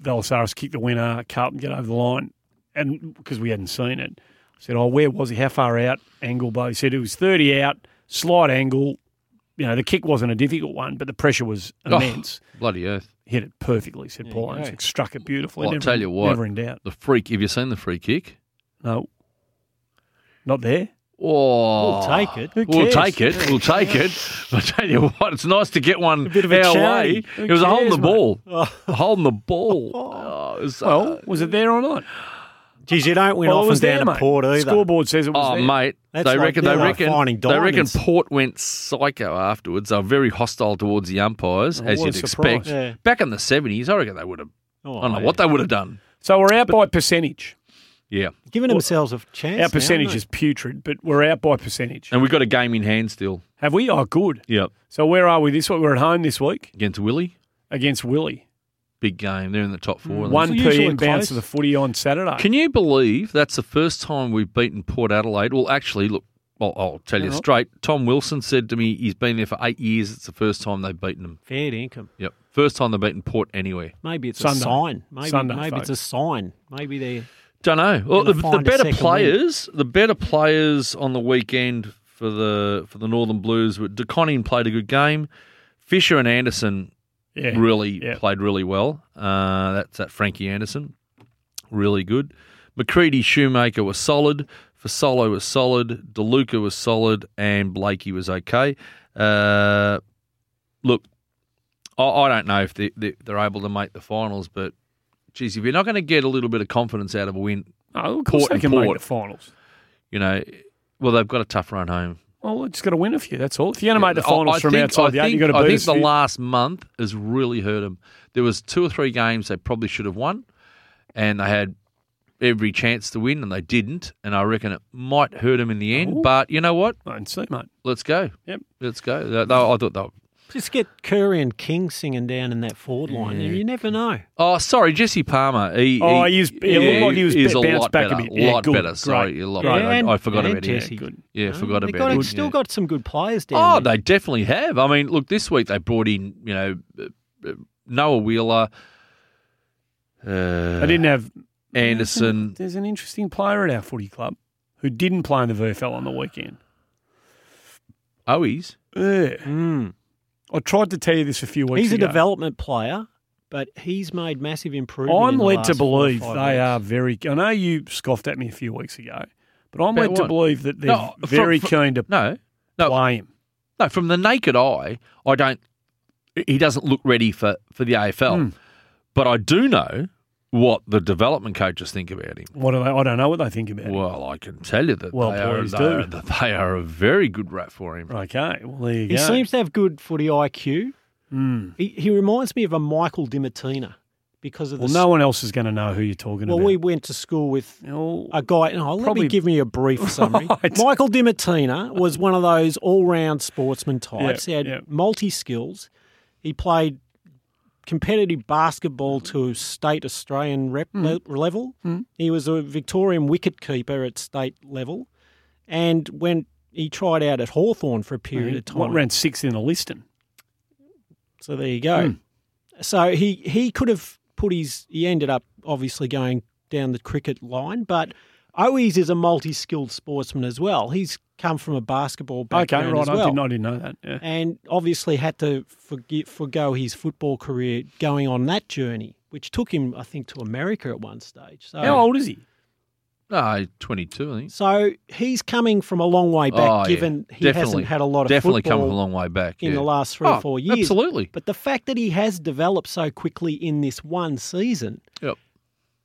Velasaris kicked the winner. Carlton get over the line, and because we hadn't seen it, I said, "Oh, where was he? How far out? Angle, but he said it was thirty out, slight angle. You know, the kick wasn't a difficult one, but the pressure was Oh. immense. Bloody earth. Hit it perfectly," said There Paul you Amy. go. Struck it beautifully. Well, I'll never, tell you what. never in doubt. The freak. Have you seen the free kick? No, not there. Oh, We'll take it. Who We'll cares? take it. We'll take it. I tell you what, it's nice to get one bit of a our charity. way. Who Oh. it was a holding the cares, ball, holding the ball. Oh, it was, uh, Well, was it there or not? Geez, you don't win Well, it off was and there, down to mate. Port The either. scoreboard says it was oh, there. mate, That's they like- reckon they they're like reckon finding they reckon diamonds. Port went psycho afterwards. They were very hostile towards the Oh, umpires, as what a you'd surprise. expect. Yeah. Back in the seventies, I reckon they would have. Oh, I don't know yeah. what they would have done. So we're out by percentage. Yeah, Giving themselves a chance. Our percentage is putrid, but we're out by percentage. and we have got a game in hand still. Have we? Oh, good. Yeah, So where are we this week? We're at home this week against Willie, against Willie. big game. They're in the top four. One usually p.m. bounce close. of the footy on Saturday. Can you believe that's the first time we've beaten Port Adelaide? Well, actually, look, I'll, I'll tell you Hang on. straight. Tom Wilson said to me he's been there for eight years. It's the first time they've beaten them. fair income. Yep. First time they've beaten Port anywhere. Maybe it's Sunday. a sign. Maybe, Sunday, maybe it's a folks. sign. Maybe they. Don't know. Well, Gonna the, the find a better second players, the better players on the weekend for the for the Northern Blues were DeConning played a good game. Fisher and Anderson Yeah. really Yeah. played really well. Uh, that's that Frankie Anderson, really good. McCready Shoemaker was solid. Fasolo was solid. DeLuca was solid, and Blakey was okay. Uh, look, I, I don't know if they, they, they're able to make the finals, but geez, if you're not going to get a little bit of confidence out of a win, Oh, of course Port they and can make Port. the finals. you know, well, they've got a tough run home. Well, it's got to win a few. That's all. If you're going to make the I- finals I from think- I outside the eight, think- you've got I to beat think us. the here. last month has really hurt them. There was two or three games they probably should have won, and they had every chance to win, and they didn't. And I reckon it might hurt them in the end. But you know what? I don't see, mate. Let's go. Yep. Let's go. They- they- I thought they. Were, Just get Curry and King singing down in that forward line. You never know. oh, sorry, Jesse Palmer. He, Oh, he, he's- he looked like he was he's ba- a bounced lot back a better. bit. Yeah, lot good. better. Sorry, Great. a lot Great. better. I, I forgot and about him. Jesse. Yeah, yeah forgot they about got, him. Still Yeah. got some good players down Oh, there. they definitely have. I mean, look, this week they brought in, you know, uh, uh, Noah Wheeler, Uh, I didn't have Anderson. There's an interesting player at our footy club who didn't play in the VFL on the weekend. Owies. Yeah. Mm. I tried to tell you this a few weeks He's a ago. development player, but he's made massive improvement. I'm in the led last to four or believe they five are very. I know you scoffed at me a few weeks ago, but I'm About led to what? believe that they're No, fro- very fro- keen to No, no, play him. no. From the naked eye, I don't. He doesn't look ready for for the Hmm. AFL, but I do know what the development coaches think about him. What do they? I don't know what they think about. it. Well, I can tell you that Well, they, are, please they, do. are, that they are a very good rat for him. Okay. Well, there you weeks. He go. seems to have good footy IQ. Mm. He, he reminds me of a Michael Dimatina because of the. Well, no one else is going to know who you're talking well about. we went to school with Oh, a guy. No, let Probably- me give me a brief summary. Right. Michael Dimatina was one of those all-round sportsman types. Yeah, he had yeah. multi skills. He played competitive basketball to state Australian rep Hmm. le- level. He was a Victorian wicket keeper at state level, and when he tried out at Hawthorn for a period of time, Hmm. what ran sixth in the listing? so there you go. Hmm. So he he could have put his. He ended up obviously going down the cricket line, but Owies is a multi-skilled sportsman as well. He's come from a basketball Okay, background right. as I, well, didn't, I didn't know that. Yeah. and obviously had to forgi forgo his football career going on that journey, which took him, I think, to America at one stage. So. How old is he? No, twenty two. I think. so he's coming from a long way back, Oh, yeah. given he Definitely. hasn't had a lot of Definitely come football a long way back in yeah. the last three or Oh, four years. Absolutely. But the fact that he has developed so quickly in this one season, Yep.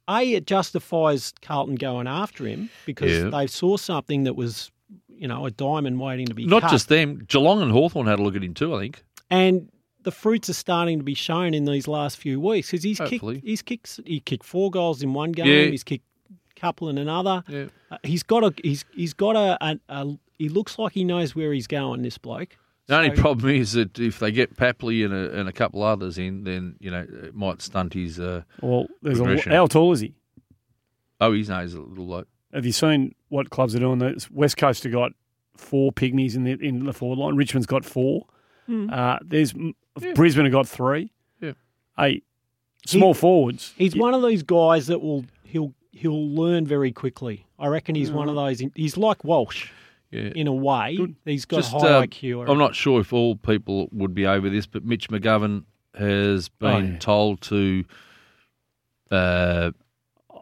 A, it justifies Carlton going after him because Yeah. they saw something that was, you know, a diamond waiting to be Not cut. just them. Geelong and Hawthorn had a look at him too. I think. and the fruits are starting to be shown in these last few weeks because he's Hopefully. kicked, he's kicked, he kicked four goals in one game. Yeah. He's kicked a couple in another. Yeah. Uh, he's got a, he's, he's got a, a, a, he looks like he knows where he's going. This bloke. The only So- problem is that if they get Papley and a, and a couple others in, then you know it might stunt his. Uh, Well, there's a, Progression. how tall is he? oh, his nose a little low. Have you seen what clubs are doing? The West Coast have got four pygmies in the in the forward line. Richmond's got four. Uh, there's Hmm. Yeah. Brisbane have got three. Yeah. Hey, small forwards. He's You- one of these guys that will he'll he'll learn very quickly. I reckon he's one of Mm-hmm. those. He's like Walsh Yeah. in a way. He's got Just, a high um, IQ. I'm not sure if all people would be over this, but Mitch McGovern has been Oh, yeah. told to uh,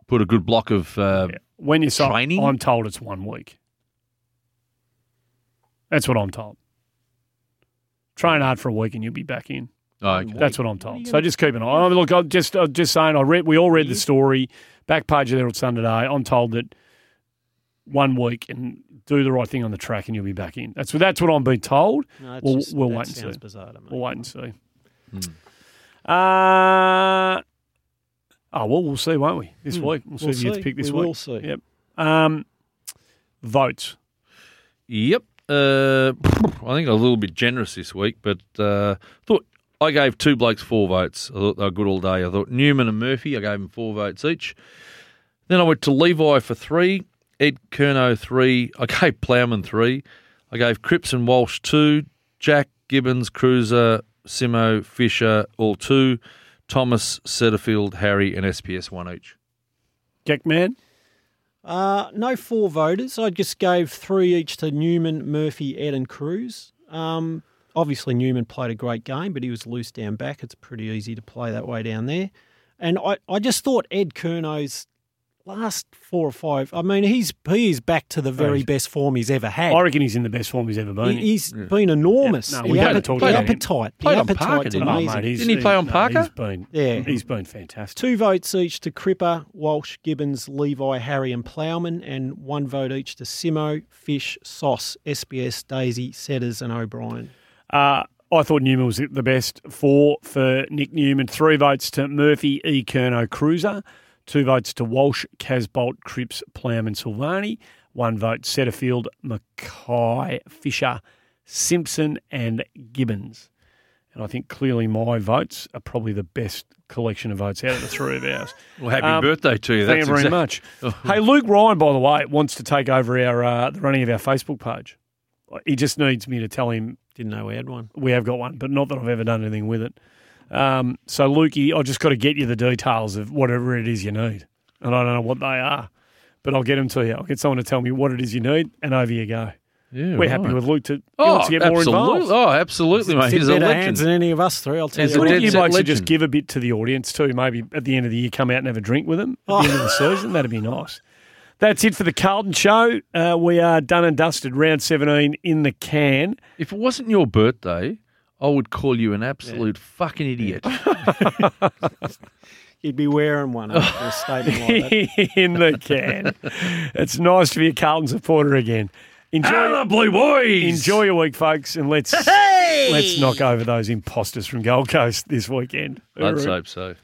put a good block of. Uh, Yeah. When you're so, Training? I'm told it's one week. That's what I'm told. Train hard for a week and you'll be back in. oh, okay. That's what I'm you told. So gonna- just keep an eye. I mean, look, I'm just I'm just saying. I read. We all read the story. Back page of the Herald Sun today. I'm told that one week and do the right thing on the track, and you'll be back in. That's what that's what I'm being told. No, it's we'll just- we'll that wait and sounds see. bizarre to me. We'll wait and see. Uh, oh well, we'll see, won't we? This Hmm. week, we'll, We'll see if you see. pick this We week. will see. Yep. Um, votes. Yep. Uh, I think I was a little bit generous this week, but uh, thought I gave two blokes four votes. I thought they were good all day. I thought Newman and Murphy, I gave them four votes each. Then I went to Levi for three, Ed Kerno three, I gave Plowman three, I gave Cripps and Walsh two, Jack Gibbons, Cruiser, Simo, Fisher, all two, Thomas, Setterfield, Harry, and SPS one each. Geck man. Uh, no four voters. I just gave three each to Newman, Murphy, Ed, and Cruz. Um, obviously, Newman played a great game, but he was loose down back. It's pretty easy to play that way down there. And I, I just thought Ed Kerno's last four or five. I mean, he's he is back to the very Right. best form he's ever had. I reckon he's in the best form he's ever been. in. He, has been enormous. Yeah, no, The we had appe- to talk the about him. appetite, the Played on appetite's Parker, didn't he? Oh, amazing. Oh, mate, he's- Didn't he play on Parker? He's been, Yeah. he's been fantastic. Two votes each to Cripper, Walsh, Gibbons, Levi, Harry, and Plowman, and one vote each to Simo, Fish, Sauce, SBS, Daisy, Setters, and O'Brien. Uh, I thought Newman was the best. Four for Nick Newman. Three votes to Murphy, E. Kerno, Cruiser. Two votes to Walsh, Casbolt, Cripps, Plowman, Silvani. One vote Setterfield, Mackay, Fisher, Simpson, and Gibbons. And I think clearly my votes are probably the best collection of votes out of the three of ours. Well, happy Um, birthday to you. Thank you That's very exact- much. hey, Luke Ryan, by the way, wants to take over our uh, the running of our Facebook page. He just needs me to tell him Didn't know we had one. we have got one, but not that I've ever done anything with it. Um, so, Lukey, I just got to get you the details of whatever it is you need. And I don't know what they are, but I'll get them to you. I'll get someone to tell me what it is you need, and over you go. Yeah, We're happy with Luke to, he wants to get more involved. Oh, absolutely, mate. It's in He's a better hands than legend. any of us three. I'll tell He's you. a what. dead Wouldn't you set like to just legend. give a bit to the audience too? Maybe at the end of the year, come out and have a drink with them at the end of the Oh. season. That'd be nice. That's it for the Carlton show. Uh, we are done and dusted. Round 17 in the can. If it wasn't your birthday, I would call you an absolute fucking idiot. You'd be wearing one after a statement like that. in the can. it's nice to be a Carlton supporter again. Enjoy, blue boys. enjoy your week, folks, and let's let's knock over those imposters from Gold Coast this weekend. Let's hope so.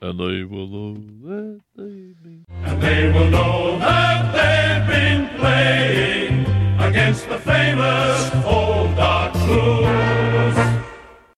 And they will all let thee be. They will know that they've been playing against the famous old dark blues.